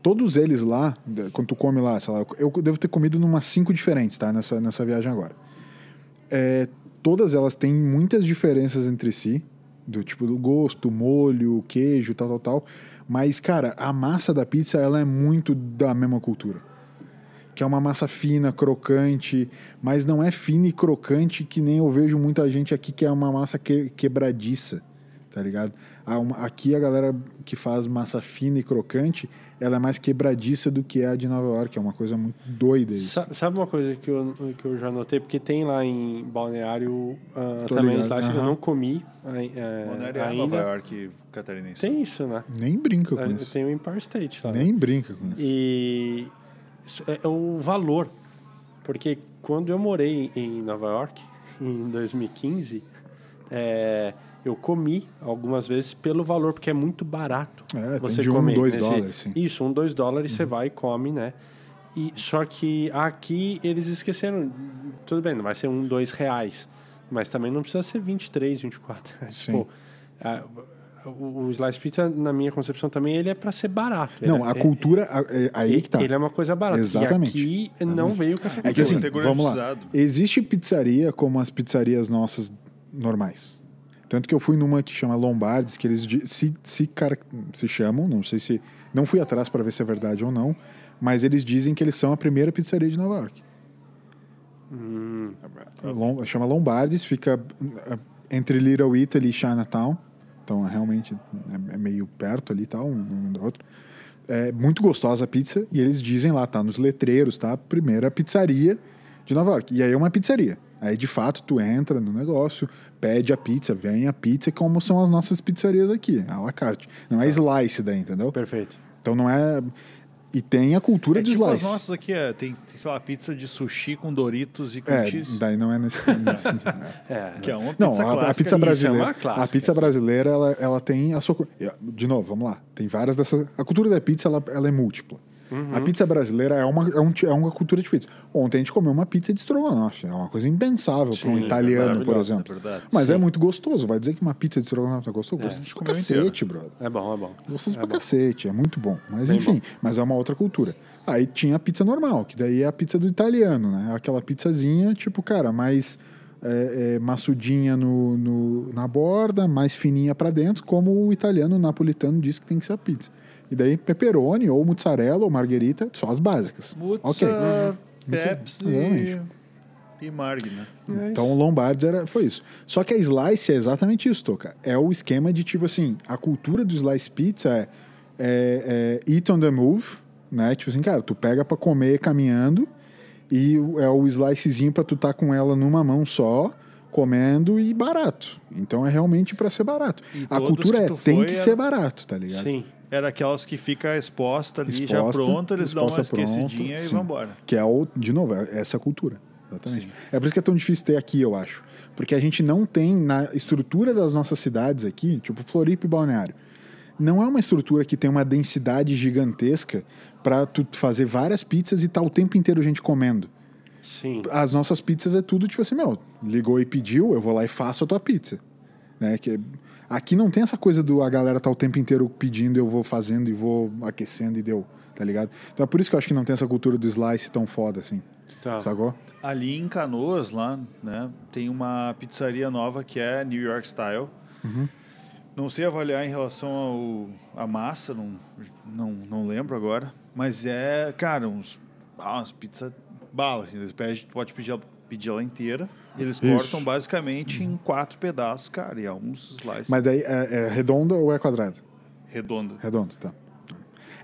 todos eles lá, quando tu come lá, sei lá, eu eu devo ter comido numas cinco diferentes, tá? Nessa, nessa viagem agora é, todas elas têm muitas diferenças entre si, do tipo do gosto, molho, queijo, tal, tal, tal. Mas, cara, a massa da pizza ela é muito da mesma cultura. Que é uma massa fina, crocante, mas não é fina e crocante que nem eu vejo muita gente aqui que é uma massa que- quebradiça, tá ligado? A- uma- Aqui a galera que faz massa fina e crocante, ela é mais quebradiça do que a de Nova York, é uma coisa muito doida isso.
Sa- sabe uma coisa que eu, que eu já notei? Porque tem lá em Balneário ah,
Tô
também
ligado,
slice. Eu
aham.
não comi ai- é,
Balneário é Nova
ainda.
York catarinense.
Tem isso, né?
Nem brinca com isso.
Tem o Empire State lá. né?
Nem brinca com isso.
E isso é, é o valor. Porque quando eu morei em Nova York, [laughs] em 2015, é, eu comi algumas vezes pelo valor, porque é muito barato. né,
É, tem de um, dois dólares, sim. Uhum.
Isso, um, dois dólares você vai e come, né? E, só que aqui eles esqueceram. Tudo bem, não vai ser um, dois reais. Mas também não precisa ser 23, 24 reais.
Sim.
Tipo, a- o, o slice pizza, na minha concepção também, ele é para ser barato. Ele
Não,
é-
a
é-
cultura. a- é- Aí que tá.
ele é uma coisa barata.
Exatamente.
E aqui não veio com essa
É que assim,
Categoria
vamos lá.
organizado.
Existe pizzaria como as pizzarias nossas normais. Tanto que eu fui numa que chama Lombardes, que eles di- se, se, car- se chamam, não sei se. Não fui atrás para ver se é verdade ou não, mas eles dizem que eles são a primeira pizzaria de Nova York. Lom- chama Lombardes, fica eh, entre Little Italy e Chinatown. Então, realmente, é- é meio perto ali, tal, um um do outro. É muito gostosa a pizza. E eles dizem lá, tá nos letreiros, tá? Primeira pizzaria de Nova York. E aí é uma pizzaria. Aí, de fato, tu entra no negócio, pede a pizza, vem a pizza, como são as nossas pizzarias aqui, à la carte. Não é slice daí, entendeu?
Perfeito.
Então não é... E tem a cultura
É
de
tipo as
slice.
nossas aqui, é, tem, tem, sei lá, pizza de sushi com Doritos e com
É,
cheese.
daí não é
[laughs]
nesse...
É.
Que é uma
Não,
pizza
a- a,
clássica.
pizza brasileira.
uma clássica.
a pizza brasileira, ela, ela tem a sua. cu- Eu- De novo, vamos lá. Tem várias dessas. A cultura da pizza, ela, ela é múltipla. A pizza brasileira é uma, é, um ti- é uma cultura de pizza. Ontem a gente comeu uma pizza de estrogonofe. É uma coisa impensável para um
Sim,
italiano, por
maravilhosa,
exemplo.
é verdade.
Mas é muito gostoso. Vai dizer que uma pizza de estrogonofe é gostoso? Gostoso
gente
pra
comeu
cacete, brother.
É bom, é bom.
Gostoso
é
pra
bom.
cacete, é muito bom. Mas
Bem
enfim,
bom.
mas é uma outra cultura. Aí tinha a pizza normal, que daí é a pizza do italiano, né? Aquela pizzazinha, tipo, cara, mais é, é, maçudinha no, no- na borda, mais fininha pra dentro, como o italiano o napolitano diz que tem que ser a pizza. E daí pepperoni, ou mozzarella, ou marguerita, só as básicas.
Mutsa,
Ok.
é Pepsi
Exatamente.
e Marg, né?
É
Então, o Lombards era, foi isso. Só que a Slice é exatamente isso, Toca. É o esquema de, tipo assim, a cultura do Slice Pizza é, é- é eat on the move, né? Tipo assim, cara, tu pega pra comer caminhando e o- é o slicezinho pra tu tá com ela numa mão só, comendo e barato. Então, é realmente pra ser barato.
E
a
todas
cultura
que
é,
tu
tem
foi
que
é-
ser barato, tá ligado?
Sim.
Era aquelas que fica exposta ali, já
Exposta,
pronta, eles dão uma
exposta pronta,
esquecidinha e
sim.
vão embora.
Que é, o, de novo, é essa cultura. Exatamente. É por isso que é tão difícil ter aqui, eu acho. Porque a gente não tem na estrutura das nossas cidades aqui, tipo Floripa e Balneário. Não é uma estrutura que tem uma densidade gigantesca para tu fazer várias pizzas e tá o tempo inteiro gente comendo.
Sim.
Ah,
As nossas pizzas é tudo tipo assim, meu, ligou e pediu, eu vou lá e faço a tua pizza. Né? Que aqui não tem essa coisa do a galera tá o tempo inteiro pedindo, eu vou fazendo e vou aquecendo e deu, tá ligado? Então é por isso que eu acho que não tem essa cultura do slice tão foda assim.
Tá.
Sacou?
Ali em Canoas, lá, né, tem uma pizzaria nova que é New York Style. Não sei avaliar em relação ao, à massa, não, não, não lembro agora. Mas é, cara, uns, ah, umas pizzas bala, assim, eles pedem, tu pode pedir, pedir ela inteira. e Eles
Isso.
cortam basicamente em quatro pedaços, cara, e é uns slices
Mas daí é, é redonda ou é quadrada?
redondos.
Redonda, tá.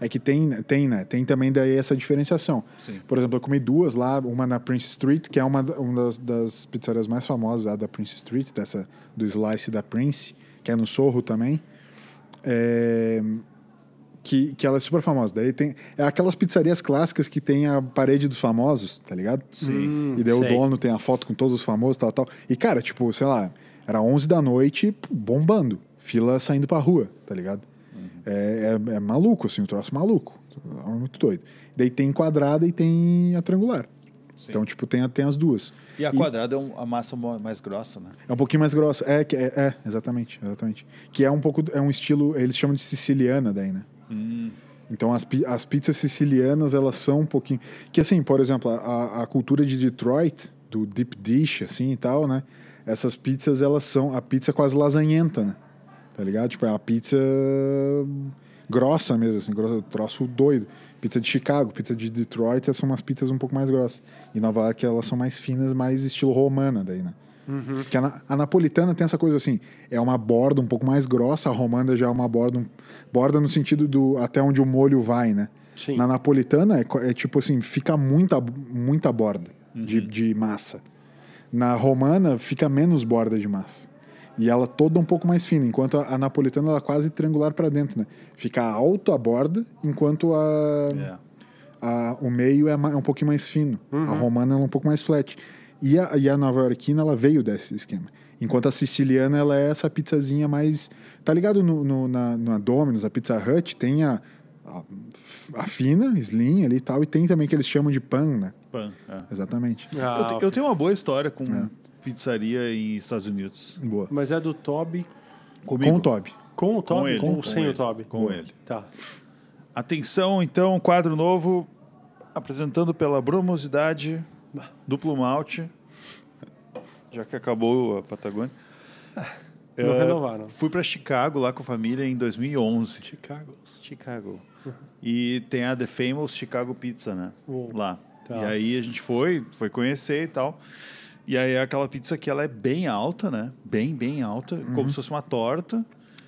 É que tem, tem, né? Tem também daí essa diferenciação.
Sim.
Por exemplo, eu comi duas lá, uma na Prince Street, que é uma, da- uma das, das pizzarias mais famosas lá da Prince Street, dessa do Slice da Prince, que é no Sorro também. É, que, que ela é super famosa. Daí tem. É aquelas pizzarias clássicas que tem a parede dos famosos, tá ligado?
Sim.
e daí o
sei.
dono tem a foto com todos os famosos, tal, tal. E, cara, tipo, sei lá, era 11 da noite, pô, bombando. Fila saindo pra rua, tá ligado? É, é- é maluco, assim, um troço maluco. É muito doido. Daí tem quadrada e tem a triangular. Então, tipo, tem, a- tem as duas.
E a quadrada é um- a massa mo- mais grossa, né?
É um pouquinho mais grossa. É, que- é, é, exatamente, exatamente. Que é um pouco, é um estilo, eles chamam de siciliana daí, né? Então as, pi- as pizzas sicilianas, elas são um pouquinho... Que assim, por exemplo, a, a cultura de Detroit, do deep dish, assim e tal, né? Essas pizzas, elas são a pizza quase lasanhenta, né? Tá ligado? Tipo, é a pizza grossa mesmo, assim, grossa, troço doido. Pizza de Chicago, pizza de Detroit, essas são umas pizzas um pouco mais grossas. E Nova York, elas são mais finas, mais estilo romana daí, né? Porque a, na- a napolitana tem essa coisa assim, é uma borda um pouco mais grossa, a romana já é uma borda, um- borda no sentido do até onde o molho vai, né?
Sim.
Na napolitana é, co- é tipo assim, fica muita, muita borda de, de massa. Na romana fica menos borda de massa. E ela toda um pouco mais fina, enquanto a, a napolitana ela é quase triangular para dentro, né? Fica alto a borda, enquanto a
É.
a- o meio é, ma- é um pouquinho mais fino.
Uhum.
A romana ela é um pouco mais flat. E a, e a nova iorquina, ela veio desse esquema. Enquanto a siciliana, ela é essa pizzazinha mais... Tá ligado no, no- na, na Domino's, a Pizza Hut, tem a, a, a fina, slim ali e tal, e tem também que eles chamam de pan, né?
Pan, é.
Exatamente.
eu,
Ah,
te- eu tenho uma boa história com pizzaria em Estados Unidos.
Boa.
Mas é do Toby
Com
Comigo.
o Toby.
com o Toby
ele,
ou
com
sem
ele,
o Toby?
com ele.
Tá.
Atenção, então, quadro novo, apresentando pela brumosidade, duplo malte, já que acabou a Patagônia.
Não
Eh,
renovaram.
Fui para Chicago lá com a família em 2011.
Chicago.
Chicago. E tem a The Famous Chicago Pizza, né?
Uou.
Lá.
Tá.
E aí a gente foi, foi conhecer e tal. E aí é aquela pizza que ela é bem alta, né? Bem, bem alta,
Uhum.
como se fosse uma torta.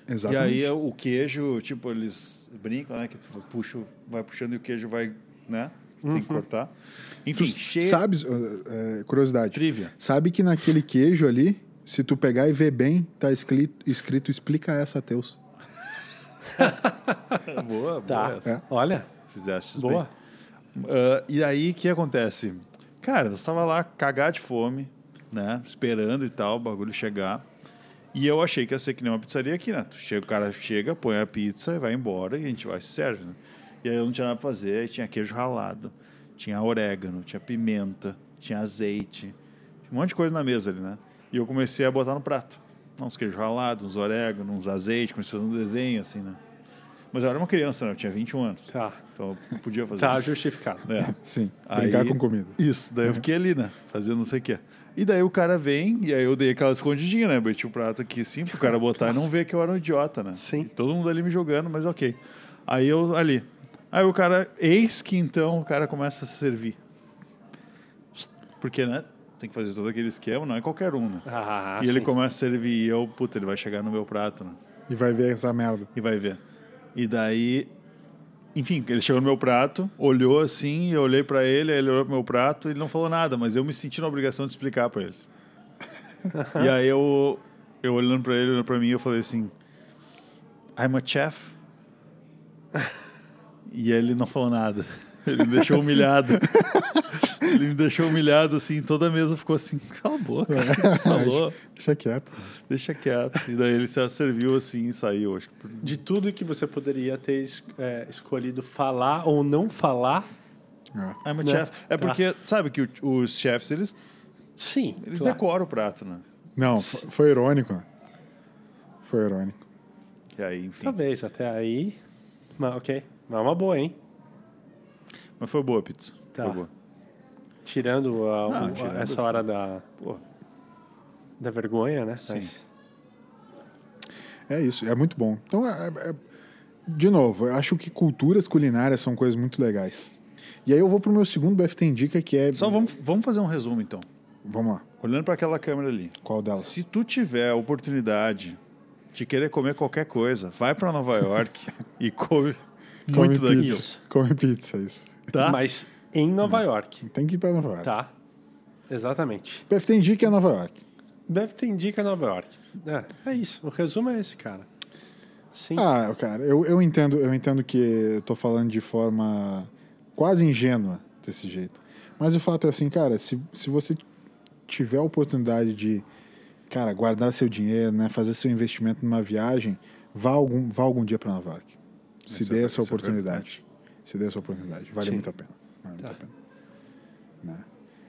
Exatamente.
E aí é o queijo, tipo, eles brincam, né? Que tu puxa, vai puxando e o queijo vai, né? Tem que cortar. Enfim, cheio.
Sabes, eh, eh, curiosidade.
Trivia.
Sabe que naquele queijo ali, se tu pegar e ver bem, tá escrito, escrito explica essa, Teus.
Boa, boa
Tá.
É essa.
Olha,
Fizeste bem.
boa.
Ah, e aí, o que acontece? Cara, nós estava lá cagar de fome, né? Esperando e tal, o bagulho chegar. E eu achei que ia ser que nem uma pizzaria aqui, né? Tu chega, o cara chega, põe a pizza e vai embora e a gente vai e se serve, né? E aí eu não tinha nada pra fazer, aí tinha queijo ralado, tinha orégano, tinha pimenta, tinha azeite, tinha um monte de coisa na mesa ali, né? E eu comecei a botar no prato. Uns queijos ralados, uns orégano, uns azeite, comecei a fazer um desenho, assim, né? Mas eu era uma criança, né? Eu tinha 21 anos.
Tá.
Então eu podia fazer
Tá
isso.
justificado.
É.
Sim.
Aí-
Brincar com comida.
Isso, daí eu fiquei ali, né? Fazendo não sei o quê. E daí o cara vem, e aí eu dei aquela escondidinha, né? Bati o prato aqui assim pro cara botar e não ver que eu era um idiota, né?
Sim.
E todo mundo ali me jogando, mas ok. Aí eu ali. Aí o cara, eis que então o cara começa a se servir. Porque, né? Tem que fazer todo aquele esquema, não é qualquer um, né?
Ah,
e ele
sim.
começa a servir e eu, puta, ele vai chegar no meu prato, né?
E vai ver essa merda.
e vai ver. E daí, enfim, ele chegou no meu prato, olhou assim, eu olhei pra ele, aí ele olhou pro meu prato, ele não falou nada, mas eu me senti na obrigação de explicar pra ele. e aí eu, eu olhando pra ele, olhando pra mim, eu falei assim: I'm a chef. e ele não falou nada. Ele me deixou humilhado. ele me deixou humilhado assim, toda a mesa ficou assim: cala a boca, cara, falou,
Deixa quieto.
deixa quieto. E daí ele se serviu assim e saiu, acho que por
De tudo que você poderia ter es- é, escolhido falar ou não falar,
I'm a
Né?
chef. É porque, sabe que o- os chefs, eles,
sim.
eles
claro.
decoram o prato, né?
Não, fo- foi irônico. né? Foi irônico.
E aí, enfim.
Talvez, até aí. Mas ok. Mas é uma boa, hein?
Mas foi boa, pizza.
Tá.
Foi boa.
Tirando, assim. a-
Ah,
o-
tirando
essa
sim.
hora da,
Pô,
da vergonha, né?
Sim.
É isso, é muito bom. Então, é- é- é- de novo, eu acho que culturas culinárias são coisas muito legais. E aí eu vou pro meu segundo BFT em Dica, que é...
Só vamos, vamos fazer um resumo, então.
Vamos lá,
Olhando para aquela câmera ali.
qual delas?
Se tu tiver a oportunidade de querer comer qualquer coisa, vai para Nova York e come Muito
Come
daquilo.
pizza. Come pizza, isso.
Tá?
Mas em Nova York.
Tem que ir pra Nova York.
Tá. Exatamente.
BFTND que é Nova York.
Deve ter indica Nova York. É, é isso. O resumo é esse, cara. Sim.
Ah, cara, eu, eu entendo, eu entendo que eu tô falando de forma quase ingênua desse jeito. Mas o fato é assim, cara, se, se você tiver a oportunidade de, cara, guardar seu dinheiro, né, fazer seu investimento numa viagem, vá algum, vá algum dia para Nova York. Se
Isso é-
dê essa
isso é
oportunidade. se dê essa oportunidade. Vale
Sim.
muito a pena. Vale
Tá.
muito a pena. Né?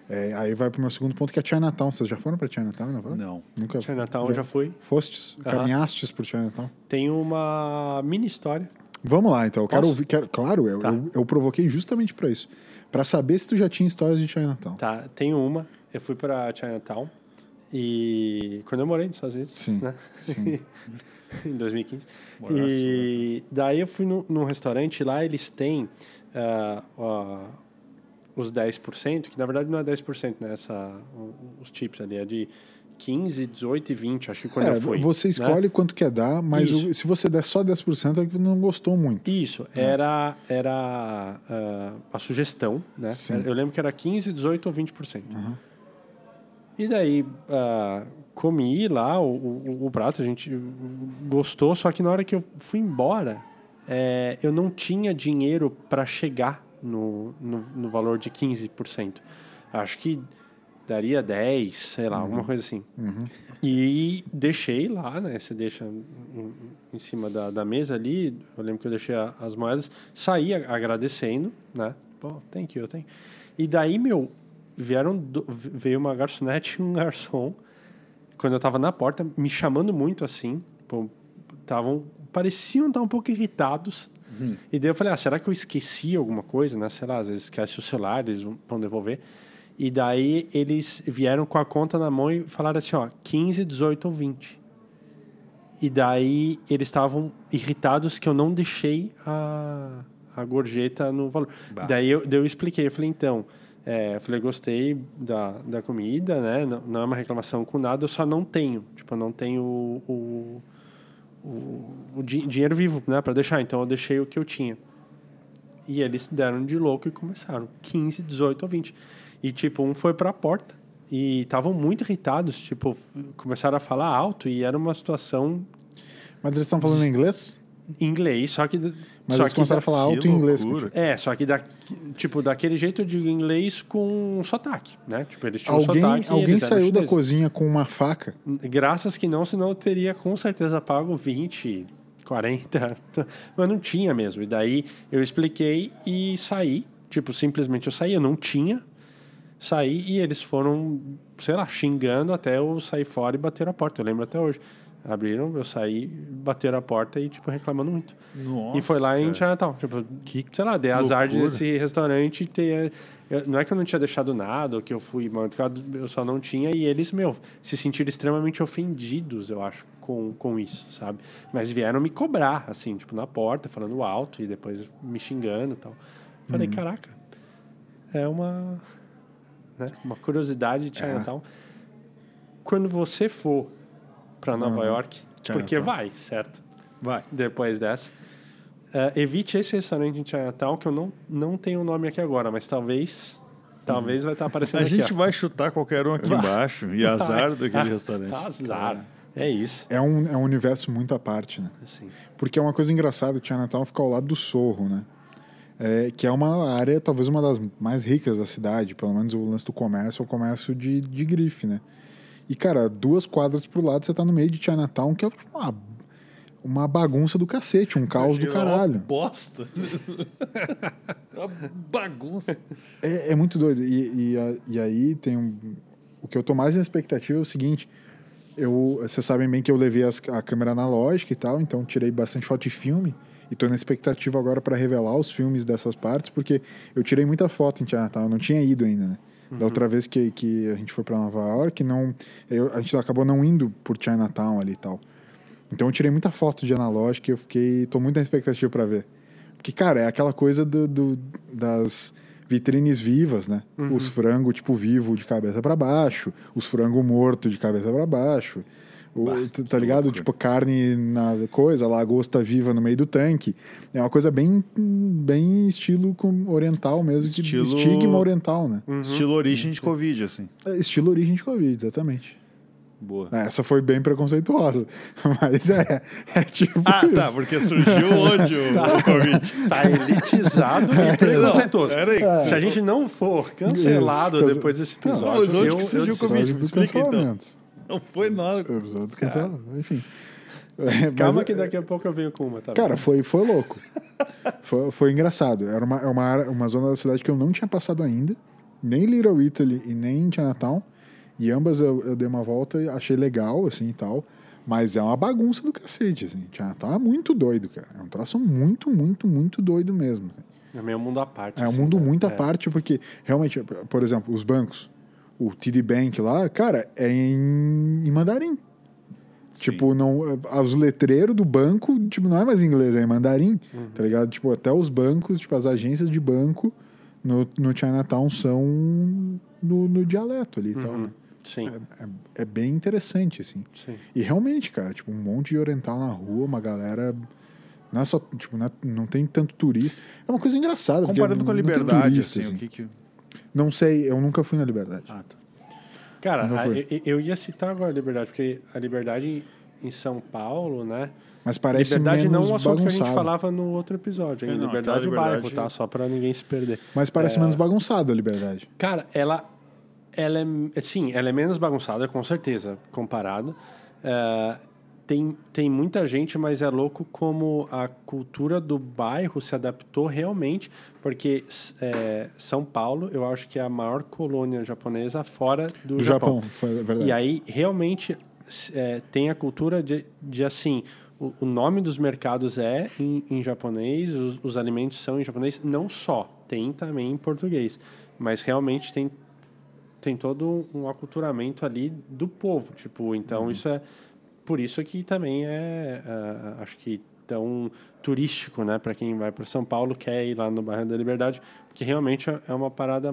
É, aí vai pro meu segundo ponto, que é Chinatown. Vocês já foram pra Chinatown, em Nova York?
Não.
Nunca
Chinatown já foi.
Fostes?
Aham.
Caminhastes por Chinatown?
Tem uma mini história.
Vamos lá, então. Eu quero
Posso?
ouvir. quero- claro, eu,
Tá.
eu, eu provoquei justamente pra isso. Pra saber se tu já tinha histórias de Chinatown.
Tá, tem uma. Eu fui pra Chinatown e quando eu morei nos Estados Unidos,
Sim,
né?
sim.
[laughs]
então.
em 2015.
Moraço,
e daí eu fui num, num restaurante lá, eles têm ah, ó, os 10%, que na verdade não é 10%, né? Essa, o- os chips ali, é de 15, 18 e 20, acho que quando
É,
eu fui.
você
né?
escolhe quanto quer dar, mas
Isso.
o- se você der só 10%, é que não gostou muito.
Isso, era, era ah, a sugestão, né?
Sim.
Eu lembro que era 15, 18 ou 20%. E daí, ah, comi lá o, o, o prato, a gente gostou, só que na hora que eu fui embora, eh, eu não tinha dinheiro para chegar no, no, no valor de 15%. Acho que daria 10, sei lá, alguma coisa assim. E deixei lá, né? Você deixa em, em cima da, da mesa ali. Eu lembro que eu deixei a- as moedas, saí a- agradecendo, né? Pô, thank you, thank you. E daí, meu, vieram do- veio uma garçonete e um garçom, quando eu tava na porta, me chamando muito assim. Pô, tavam, pareciam estar um pouco irritados. E daí eu falei, ah, será que eu esqueci alguma coisa, né? Sei lá, às vezes esquece o celular, eles vão vão devolver. E daí eles vieram com a conta na mão e falaram assim, ó, 15, 18 ou 20. E daí eles estavam irritados que eu não deixei a, a gorjeta no valor. Daí eu, daí eu expliquei, eu falei, então, é, eu falei, gostei da, da comida, né? Não, não é uma reclamação com nada, eu só não tenho. Tipo, eu não tenho o, o, o di- dinheiro vivo, né? Pra deixar. Então eu deixei o que eu tinha. E eles deram de louco e começaram. 15, 18 ou 20. E, tipo, um foi pra porta. E estavam muito irritados. Tipo, f- começaram a falar alto. E era uma situação
Mas eles estão falando em inglês?
em inglês, só que...
Mas
só
eles
que
começaram a
da-
falar alto
Que
em inglês.
loucura.
É, só que da, tipo, daquele jeito eu digo inglês com sotaque, né? Tipo, eles tinham
Alguém,
sotaque e
alguém
eles eram
saiu da
chineses.
cozinha com uma faca.
Graças que não, senão eu teria com certeza pago 20, 40. [laughs] Mas não tinha mesmo. E daí eu expliquei e saí. Tipo, simplesmente eu saí, eu não tinha. Saí e eles foram, sei lá, xingando até eu sair fora e bater a porta. Eu lembro até hoje. Abriram, eu saí, bateram a porta e, tipo, reclamando muito.
Nossa,
e foi lá em
cara.
Chinatown. Tipo, que, sei lá, dei azar
loucura.
desse restaurante ter. eu- não é que eu não tinha deixado nada, ou que eu fui mal educado, eu só não tinha. E eles, meu, se sentiram extremamente ofendidos, eu acho, com, com isso, sabe? Mas vieram me cobrar, assim, tipo, na porta, falando alto e depois me xingando e tal.
Uhum.
Falei, caraca, é uma. né, uma curiosidade
É.
de Chinatown. Quando você for para Nova York, porque
Uhum. Chinatown.
vai, certo?
Vai.
depois dessa. Eh, evite esse restaurante em Chinatown, que eu não, não tenho o nome aqui agora, mas talvez. Talvez vai estar aparecendo
A
é aqui.
gente
ó. Ah,
vai chutar qualquer um aqui embaixo. E azar daquele restaurante.
Azar. É isso.
É um, é um universo muito à parte, né? [laughs]
Assim.
Porque é uma coisa engraçada, Chinatown fica ao lado do Sorro, né? É, que é uma área, talvez uma das mais ricas da cidade, pelo menos o lance do comércio, é o comércio de, de grife, né? E, cara, duas quadras pro lado, você tá no meio de Chinatown, que é uma, uma bagunça do cacete, um caos do
Imagina, uma
caralho.
Bosta. [laughs] uma bagunça.
É, é muito doido. E, e, a- e aí tem um. O que eu tô mais na expectativa é o seguinte. Eu, vocês sabem bem que eu levei as- a câmera analógica e tal, então tirei bastante foto de filme. E tô na expectativa agora para revelar os filmes dessas partes, porque eu tirei muita foto em Chinatown, tá, eu não tinha ido ainda, né? Da outra vez que, que a gente foi para Nova York, não, eu- a gente acabou não indo por Chinatown ali e tal. Então eu tirei muita foto de analógica e eu fiquei. tô muito na expectativa pra ver. Porque, cara, é aquela coisa do, do- das vitrines vivas, né?
Uhum.
Os frango, tipo, vivo de cabeça pra baixo, os frango morto de cabeça pra baixo, O- tá- tá ligado? Tipo, carne na coisa, lagosta viva no meio do tanque. É uma coisa bem, bem estilo com- oriental mesmo, de
Estilo- Hum.
estigma oriental, né?
Estilo origem de Covid, assim.
É, Estilo origem de Covid, exatamente.
Boa.
É, Essa foi bem preconceituosa, [laughs] mas é, é tipo
Ah,
isso.
tá, porque surgiu hoje [laughs] o o Covid.
Tá elitizado
É,
e preconceituoso.
Não, peraí, que
Se a gente não for cancelado
Isso,
depois desse
não,
episódio,
mas onde
eu,
que
eu
surgiu o
desisto.
Covid?
Episódio do
Explica, então.
cancelamento.
Não foi nada.
Episódio né, do cancelamento, enfim.
É.
É,
Calma
Mas-
que daqui a pouco eu venho com uma, tá? bom?
Cara, foi, foi louco. foi, foi engraçado. Era uma, é uma, área- uma zona da cidade que eu não tinha passado ainda. Nem Little Italy e nem Chinatown. E ambas eu, eu dei uma volta e achei legal, assim, e tal. Mas é uma bagunça do cacete, assim. Chinatown é muito doido, cara. É um troço muito, muito, muito doido mesmo. assim.
É meio mundo à parte.
É um
assim,
mundo
cara.
muito à
É.
parte, porque realmente, por exemplo, os bancos, o TD Bank lá, cara, é em, em mandarim. Tipo, não, os letreiros do banco, tipo, não é mais em inglês, é em mandarim, tá ligado? Tipo, até os bancos, tipo, as agências de banco no, no Chinatown são no, no dialeto ali e tal, né?
Sim,
É, é bem interessante, assim.
sim.
E realmente, cara, tipo, um monte de oriental na rua, uma galera. Não é só, tipo, não, é- não tem tanto turista. É uma coisa engraçada. porque
Comparando com a
não tem
liberdade,
turista,
assim,
assim.
o que que...
Não sei, eu nunca fui na Liberdade.
Ah, tá.
Cara,
Não
a-
foi.
eu, eu ia citar agora a Liberdade, porque a Liberdade em São Paulo, né?
Mas parece
liberdade não
menos
é um assunto que a gente
bagunçado.
falava no outro episódio,
É,
hein?
não,
liberdade
aquela
liberdade bairro,
liberdade-
tá? Só pra ninguém se perder.
Mas
É.
parece menos bagunçado a Liberdade.
Cara, ela, ela é. Sim, ela é menos bagunçada, com certeza, comparado. É, tem, tem muita gente, mas é louco como a cultura do bairro se adaptou realmente, porque s- é, São Paulo, eu acho que é a maior colônia japonesa fora do,
Do Japão, foi verdade.
E aí, realmente, s- é, tem a cultura de, de assim. O, o nome dos mercados é em, em japonês, os, os alimentos são em japonês, não só, tem também em português. Mas realmente tem, tem todo um aculturamento ali do povo. Tipo, então
Uhum.
isso é. Por isso que também é. ah, acho que tão turístico, né? Para quem vai para São Paulo, quer ir lá no bairro da Liberdade, porque realmente é- é uma parada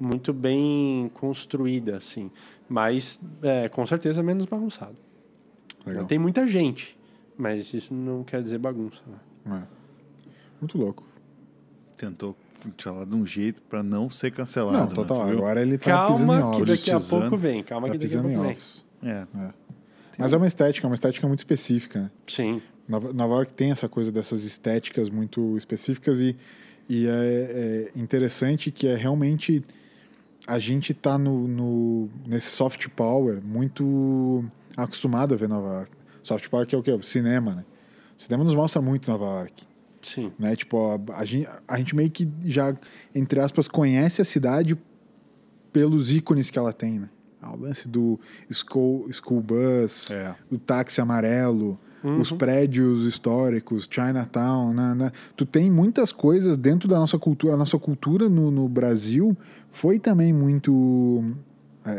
muito bem construída, assim. Mas, é, com certeza, menos bagunçado. Né?
Legal.
Tem muita gente, mas isso não quer dizer bagunça. né?
É. Muito louco.
Tentou te falar de um jeito pra não ser cancelado.
Não,
né,
total.
tu viu?
Agora ele tá pisando em
Calma que
ovos.
daqui a
Politizando.
pouco vem. Calma
Tá
que daqui a
pisando em
pouco vem. um-
ovos.
É.
Mas é uma estética, uma estética muito específica, né?
Sim.
Nova, Nova York tem essa coisa dessas estéticas muito específicas e, e é, é interessante que é realmente a gente tá no, no- nesse soft power muito acostumado a ver Nova York. Soft power que é o quê? O cinema, né? O cinema nos mostra muito Nova York,
Sim.
né? Tipo, a, a, gente, a gente meio que já, entre aspas, conhece a cidade pelos ícones que ela tem, né? Ah, o lance do school, school bus,
É.
o táxi amarelo, os prédios históricos, Chinatown, né, né? tu tem muitas coisas dentro da nossa cultura. A nossa cultura no, no Brasil foi também muito é,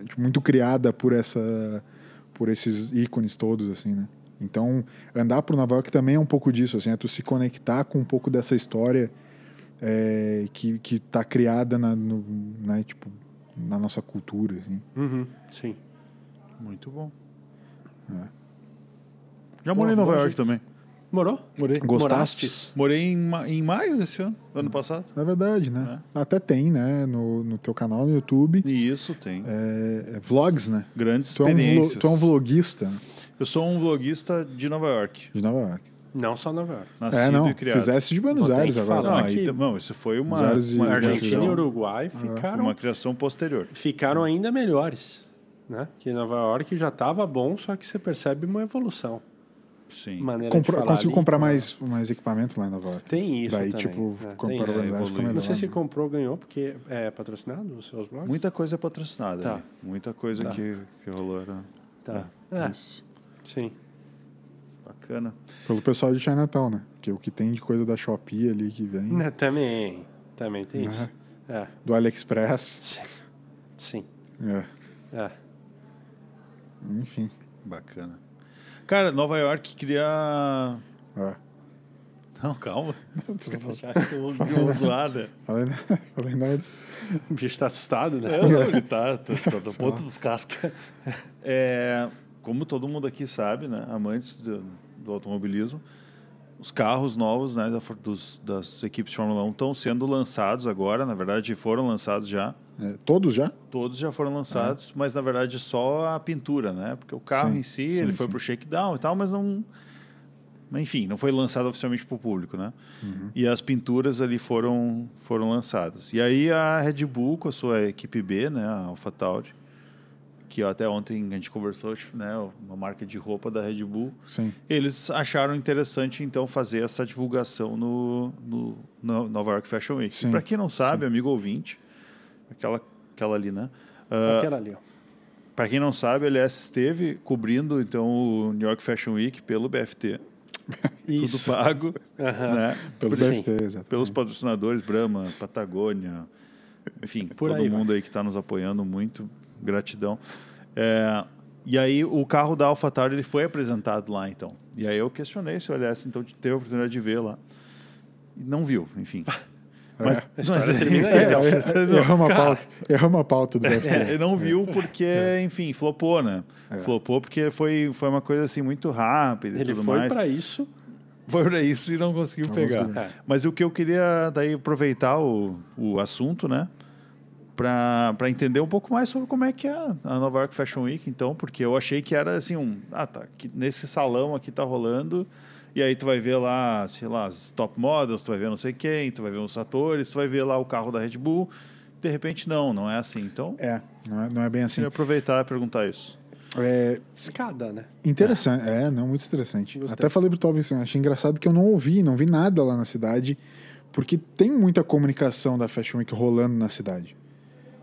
é, tipo, muito criada por essa por esses ícones todos assim, né? Então andar por Nova York também é um pouco disso, assim, é tu se conectar com um pouco dessa história é, que que está criada na no- né, tipo, na nossa cultura, assim.
Uhum. Sim.
Muito bom.
É.
Já morei em Nova
bom
York também.
Morou?
Morei.
Gostastes?
Morei em, ma- em maio desse ano, ano passado.
É verdade, né? Até tem, né? No, no teu canal no YouTube.
E isso tem.
É, é vlogs, né?
Grandes
Tu é, um
experiências.
vlo- tu é um vloguista né,
Eu sou um vloguista de Nova York.
de Nova York.
Não só Nova York.
Nascido
É, não.
e criado.
Fizesse de
Vou
Buenos
ter que
Aires agora.
Não,
falar.
né?
aí
que-
tam- não, isso foi uma,
Os ares e-
uma,
Uma
Argentina e
criação,
Ah,
Uruguai ficaram,
uma criação posterior.
ficaram ainda melhores. Né? Que Nova York já estava bom, só que você percebe uma evolução.
Sim.
Maneira
Comprou-
de falar
conseguiu
ali,
comprar
como-
mais, mais equipamento lá em Nova York.
Tem isso
Daí,
também.
tipo,
né? Tem
comprou
isso.
o Buenos Aires
evoluiu.
com
Não sei
melhor,
se
né?
comprou, ganhou, porque é patrocinado os seus blogs?
Muita coisa é patrocinada.
Tá.
ali. Muita coisa
Tá.
que, que rolou. Era
Tá. É, sim.
bacana.
Pelo pessoal de Chinatown, né? Porque o que tem de coisa da Shopee ali que vem,
Né, [laughs] Também. Também tem isso. É,
do AliExpress.
sim. Sim.
É.
É.
Enfim.
Bacana. Cara, Nova York queria. [laughs]
É.
Não, calma. [laughs] Já deu uma zoada.
Falei, né? [laughs] falei nada.
O bicho tá assustado, né?
Não, ele tá, tá, tá do ponto dos cascos. É, como todo mundo aqui sabe, né, amantes do, do automobilismo, os carros novos né, da, for- dos- das equipes de Fórmula 1 estão sendo lançados agora, na verdade foram lançados já.
É, todos já?
Todos já foram lançados, mas na verdade só a pintura, né? Porque o carro
É. Sim,
em si,
sim,
ele foi
sim.
para o shakedown e tal, mas não. Enfim, não foi lançado oficialmente para o público, né?
Uhum.
E as pinturas ali foram, foram lançadas. E aí a Red Bull, com a sua equipe B, né? A AlphaTauri, que até ontem a gente conversou, né? Uma marca de roupa da Red Bull.
Sim.
Eles acharam interessante, então, fazer essa divulgação no, no, no Nova York Fashion Week.
Sim,
Para quem não sabe, amigo ouvinte, aquela, aquela ali, né?
É.
Aquela ali, ó.
Para quem não sabe, ele esteve cobrindo então o New York Fashion Week pelo
[laughs]
BFT, tudo pago,
Aham.
né?
Pelo
Sim.
BFT, exato.
Pelos patrocinadores Brahma, Patagônia, enfim,
Por
todo
aí vai.
mundo aí que está nos apoiando muito, gratidão. É, e aí o carro da AlphaTauri ele foi apresentado lá então. E aí eu questionei se o LS então teve a oportunidade de ver lá. E não viu,
[laughs]
enfim. Mas, mas [laughs]
termina aí,
é,
então.
não,
Erramos a pauta. Erramos a pauta do BFT.
É.
ele não viu porque, enfim, flopou, né? Flopou porque foi, foi uma coisa assim muito rápida e
Ele
tudo
foi
mais.
pra isso.
Foi pra isso e não conseguiu pegar.
conseguiu.
É.
Mas o que eu queria daí aproveitar o, o assunto, né? Para entender um pouco mais sobre como é que é a Nova York Fashion Week, então, porque eu achei que era assim um. Ah, tá. que nesse salão aqui tá rolando. E aí tu vai ver lá, sei lá, as top models, tu vai ver não sei quem, tu vai ver os atores, tu vai ver lá o carro da Red Bull. De repente, não, não é assim. Então,
É, não é, não é bem assim.
Queria aproveitar e perguntar isso.
É,
Escada, né?
interessante, é, não, muito interessante.
Gostei.
Até falei pro Toby, assim, achei engraçado que eu não ouvi, não vi nada lá na cidade, porque tem muita comunicação da Fashion Week rolando na cidade.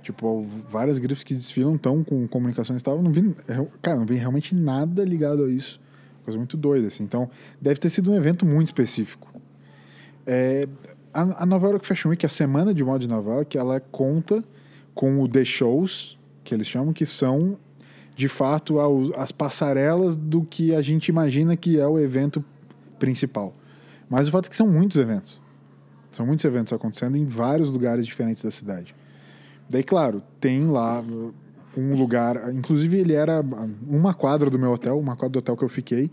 Tipo, várias grifes que desfilam estão com comunicações e tal. eu Não vi, é, cara, não vi realmente nada ligado a isso. Coisa muito doida, assim. Então, deve ter sido um evento muito específico. É, a, a Nova York Fashion Week, a semana de moda de Nova York, ela conta com o The Shows, que eles chamam, que são, de fato, a- as passarelas do que a gente imagina que é o evento principal. Mas o fato é que são muitos eventos. São muitos eventos acontecendo em vários lugares diferentes da cidade. Daí, claro, tem lá uh, um lugar. Inclusive, ele era uh, uma quadra do meu hotel, uma quadra do hotel que eu fiquei.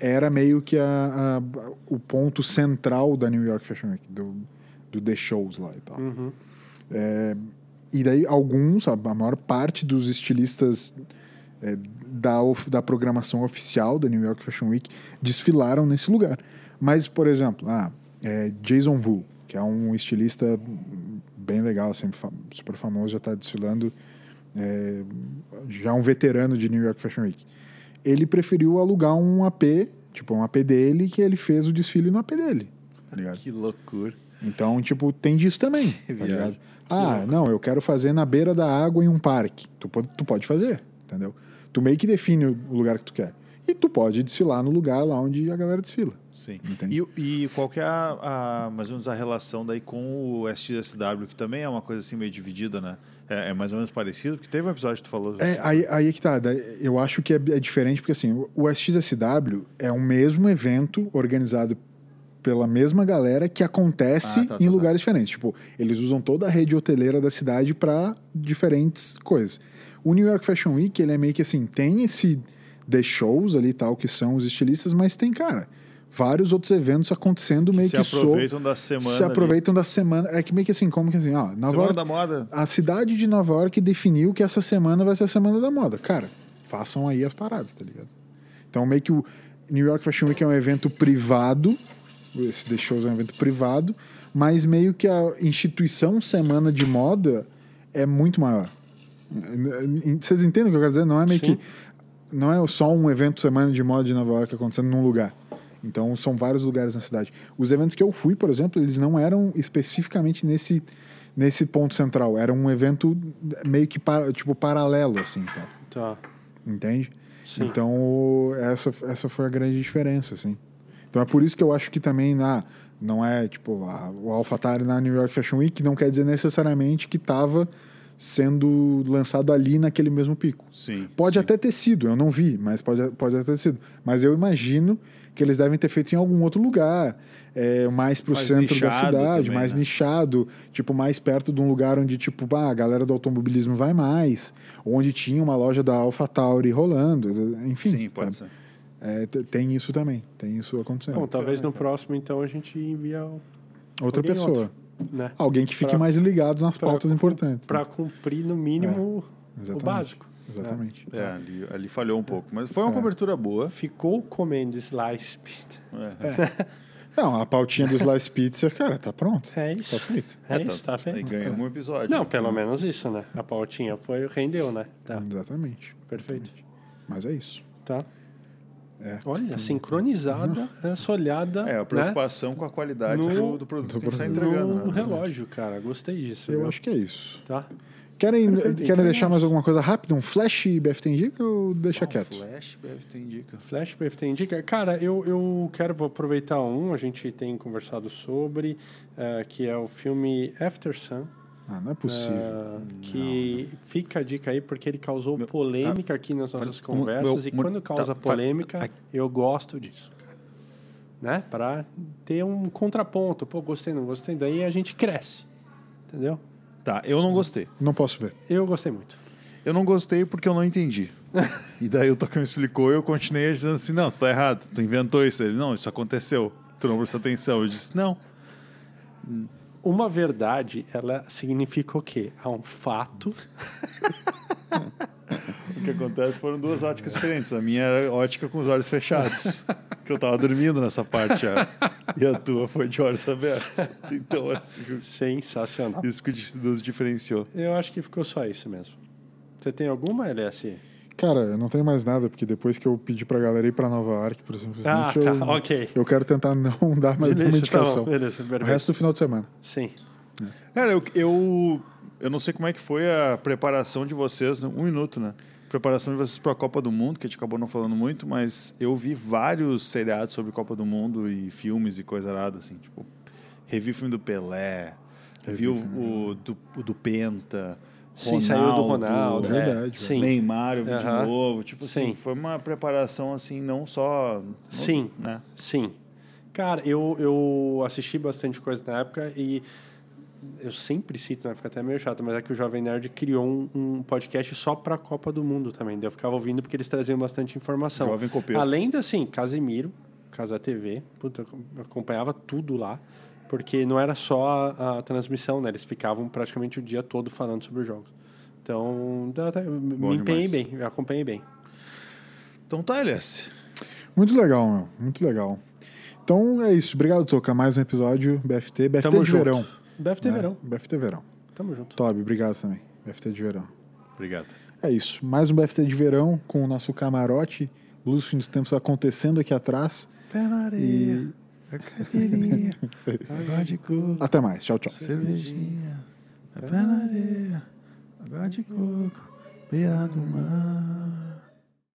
Era meio que a- a- o ponto central da New York Fashion Week, do, do The Shows lá e tal. É, e daí, alguns, a, a maior parte dos estilistas é, da, of- da programação oficial da New York Fashion Week desfilaram nesse lugar. Mas, por exemplo, ah, é, Jason Wu, que é um estilista bem legal, sempre fa- super famoso, já está desfilando, é, já um veterano de New York Fashion Week. Ele preferiu alugar um AP, tipo um AP dele, que ele fez o desfile no AP dele. tá ligado?
Que loucura.
Então, tipo, tem disso também. Tá
viagem.
ligado? Ah, não, eu quero fazer na beira da água em um parque. Tu pode, tu pode fazer, entendeu? Tu meio que define o lugar que tu quer. E tu pode desfilar no lugar lá onde a galera desfila.
Sim.
Entende?
E, e qual que é a, a- mais ou menos a relação daí com o SXSW, que também é uma coisa assim meio dividida, né? É, é mais ou menos parecido, porque teve um episódio que tu falou.
É, aí, aí é que tá. daí Eu acho que é, é diferente, porque assim, o- o SXSW é o mesmo evento organizado pela mesma galera que acontece
Ah, tá,
em
tá,
lugares diferentes. Tipo, eles usam toda a rede hoteleira da cidade para diferentes coisas. O New York Fashion Week, ele é meio que assim, tem esse The Shows ali e tal, que são os estilistas, mas tem, cara, vários outros eventos acontecendo meio
se
que so-
aproveitam da semana.
Se
ali.
aproveitam da semana. É que meio que assim, como que assim, ó, Nova
Semana
York-
da moda.
a cidade de Nova York definiu que essa semana vai ser a semana da moda. Cara, façam aí as paradas, tá ligado? Então, meio que o New York Fashion Week é um evento privado, esse The Shows é um evento privado, mas meio que a instituição Semana de Moda é muito maior. Vocês entendem o que eu quero dizer? Não é meio
Sim.
que. Não é só um evento Semana de Moda de Nova York acontecendo num lugar. Então, são vários lugares na cidade. Os eventos que eu fui, por exemplo, eles não eram especificamente nesse, nesse ponto central. Era um evento meio que para- tipo, paralelo, assim, tá?
Tá.
Entende?
Sim.
Então, o- essa, essa foi a grande diferença, assim. Então, é por isso que eu acho que também na, não é, tipo, a, o AlphaTauri na New York Fashion Week não quer dizer necessariamente que tava sendo lançado ali naquele mesmo pico.
Sim.
Pode
sim.
até ter sido, eu não vi, mas pode, pode até ter sido. Mas eu imagino que eles devem ter feito em algum outro lugar, é, mais pro
Mais
centro da
nichado
cidade,
também,
mais
né?
nichado, tipo, mais perto de um lugar onde, tipo, bah, a galera do automobilismo vai mais, onde tinha uma loja da AlphaTauri rolando, enfim.
Sim, pode
sabe?
ser.
É, t- tem isso também, tem isso acontecendo.
Bom, talvez no próximo, então, a gente envia o-
É. Outra
tá alguém
pessoa.
outro, né?
Alguém que fique
Pra-
mais ligado nas
pra-
pautas importantes.
Para cumprir, no mínimo, o
Exatamente.
básico. né?
Exatamente.
É, ali, ali falhou um pouco. Mas foi uma cobertura boa. É,
Ficou comendo slice pizza.
Não, a pautinha do Slice Pizza, cara, tá pronto.
É isso.
Tá feito.
É, isso, tá
Aí
vendo?
ganhou um episódio.
Não, pelo menos isso, né? A pautinha foi, rendeu, né? Tá,
Exatamente.
perfeito.
Mas é isso.
Tá.
É.
Olha, sincronizada essa olhada
É, a
né,
preocupação com a qualidade
No-
do, do produto que a gente tá entregando.
no
né?
relógio, cara. Gostei disso.
Eu
viu?
acho que é isso.
Tá.
Querem, eh,
Perfeito,
querem
então é
deixar mais
isso.
alguma coisa rápida? Um flash BFT Indica ou deixa
um
Ah,
quieto?
Flash, deve ter indica.
Flash BFT indica. Cara, eu, eu quero vou aproveitar um, a gente tem conversado sobre, eh, que é o filme After Sun.
Ah, não é
eh,
possível.
que fica a dica aí porque ele causou polêmica aqui nas nossas
fal-
conversas
tá, meu-
e quando
meu- tá,
causa
fal-
polêmica
ai.
eu gosto disso cara. né para ter um contraponto pô gostei não gostei daí a gente cresce entendeu
Tá, eu não gostei.
Não posso ver.
eu gostei muito
Eu não gostei porque eu não entendi. e daí o Tocão explicou e eu continuei dizendo assim: não, tu tá errado, tu inventou isso. Ele, não, isso aconteceu, tu não prestou atenção. Eu disse: não,
uma verdade ela significa o quê há um fato [laughs]
o que acontece foram duas óticas diferentes. A minha era ótica com os olhos fechados, que eu tava dormindo nessa parte já. E a tua foi de olhos abertos. Então, assim,
sensacional
isso que nos diferenciou.
eu acho que ficou só isso mesmo você tem alguma LS
Cara, eu não tenho mais nada, porque depois que eu pedi pra galera ir pra Nova York, por exemplo,
Ah,
eu,
tá, ok.
eu quero tentar não [laughs] dar mais nenhuma
Beleza, tá bom,
indicação.
beleza,
o
perfeito.
resto do final de semana.
sim
Cara, eu, eu, eu não sei como é que foi a preparação de vocês, né? um minuto, né? Preparação de vocês para a Copa do Mundo, que a gente acabou não falando muito, mas eu vi vários seriados sobre Copa do Mundo e filmes e coisa nada, assim, tipo, revi o filme do Pelé, vi o, o do, o do Penta,
Sim, saiu do Ronaldo, é,
verdade,
sim.
Neymar, eu vi de
Aham.
novo, tipo assim,
Sim.
foi uma preparação assim, não só...
Sim.
Né?
Sim. Cara, eu, eu assisti bastante coisa na época e eu sempre cito, né? Fica até meio chato, mas é que o Jovem Nerd criou um, um podcast só pra Copa do Mundo também. Daí eu ficava ouvindo porque eles traziam bastante informação.
Jovem copeiro.
Além de, assim, Casimiro, Casa TV, puta, eu acompanhava tudo lá. Porque não era só a, a transmissão, né? Eles ficavam praticamente o dia todo falando sobre os jogos. Então, dá até- me empenhei
demais.
bem, eu acompanhei bem.
Então tá, Elias.
Muito legal, meu. Muito legal. Então é isso. Obrigado, Toca. Mais um episódio BFT. BFT
Tamo
de
junto.
verão.
Deve ter
né?
verão.
BFT verão.
Tamo junto.
Tobi, obrigado também. BFT de verão.
Obrigado.
É isso. Mais um BFT de verão com o nosso camarote. Luz Fim dos Tempos acontecendo aqui atrás.
Pé na areia, a cadeirinha, água de coco,
Até mais. Tchau, tchau.
cervejinha, a pé na areia, água de coco, beira do mar.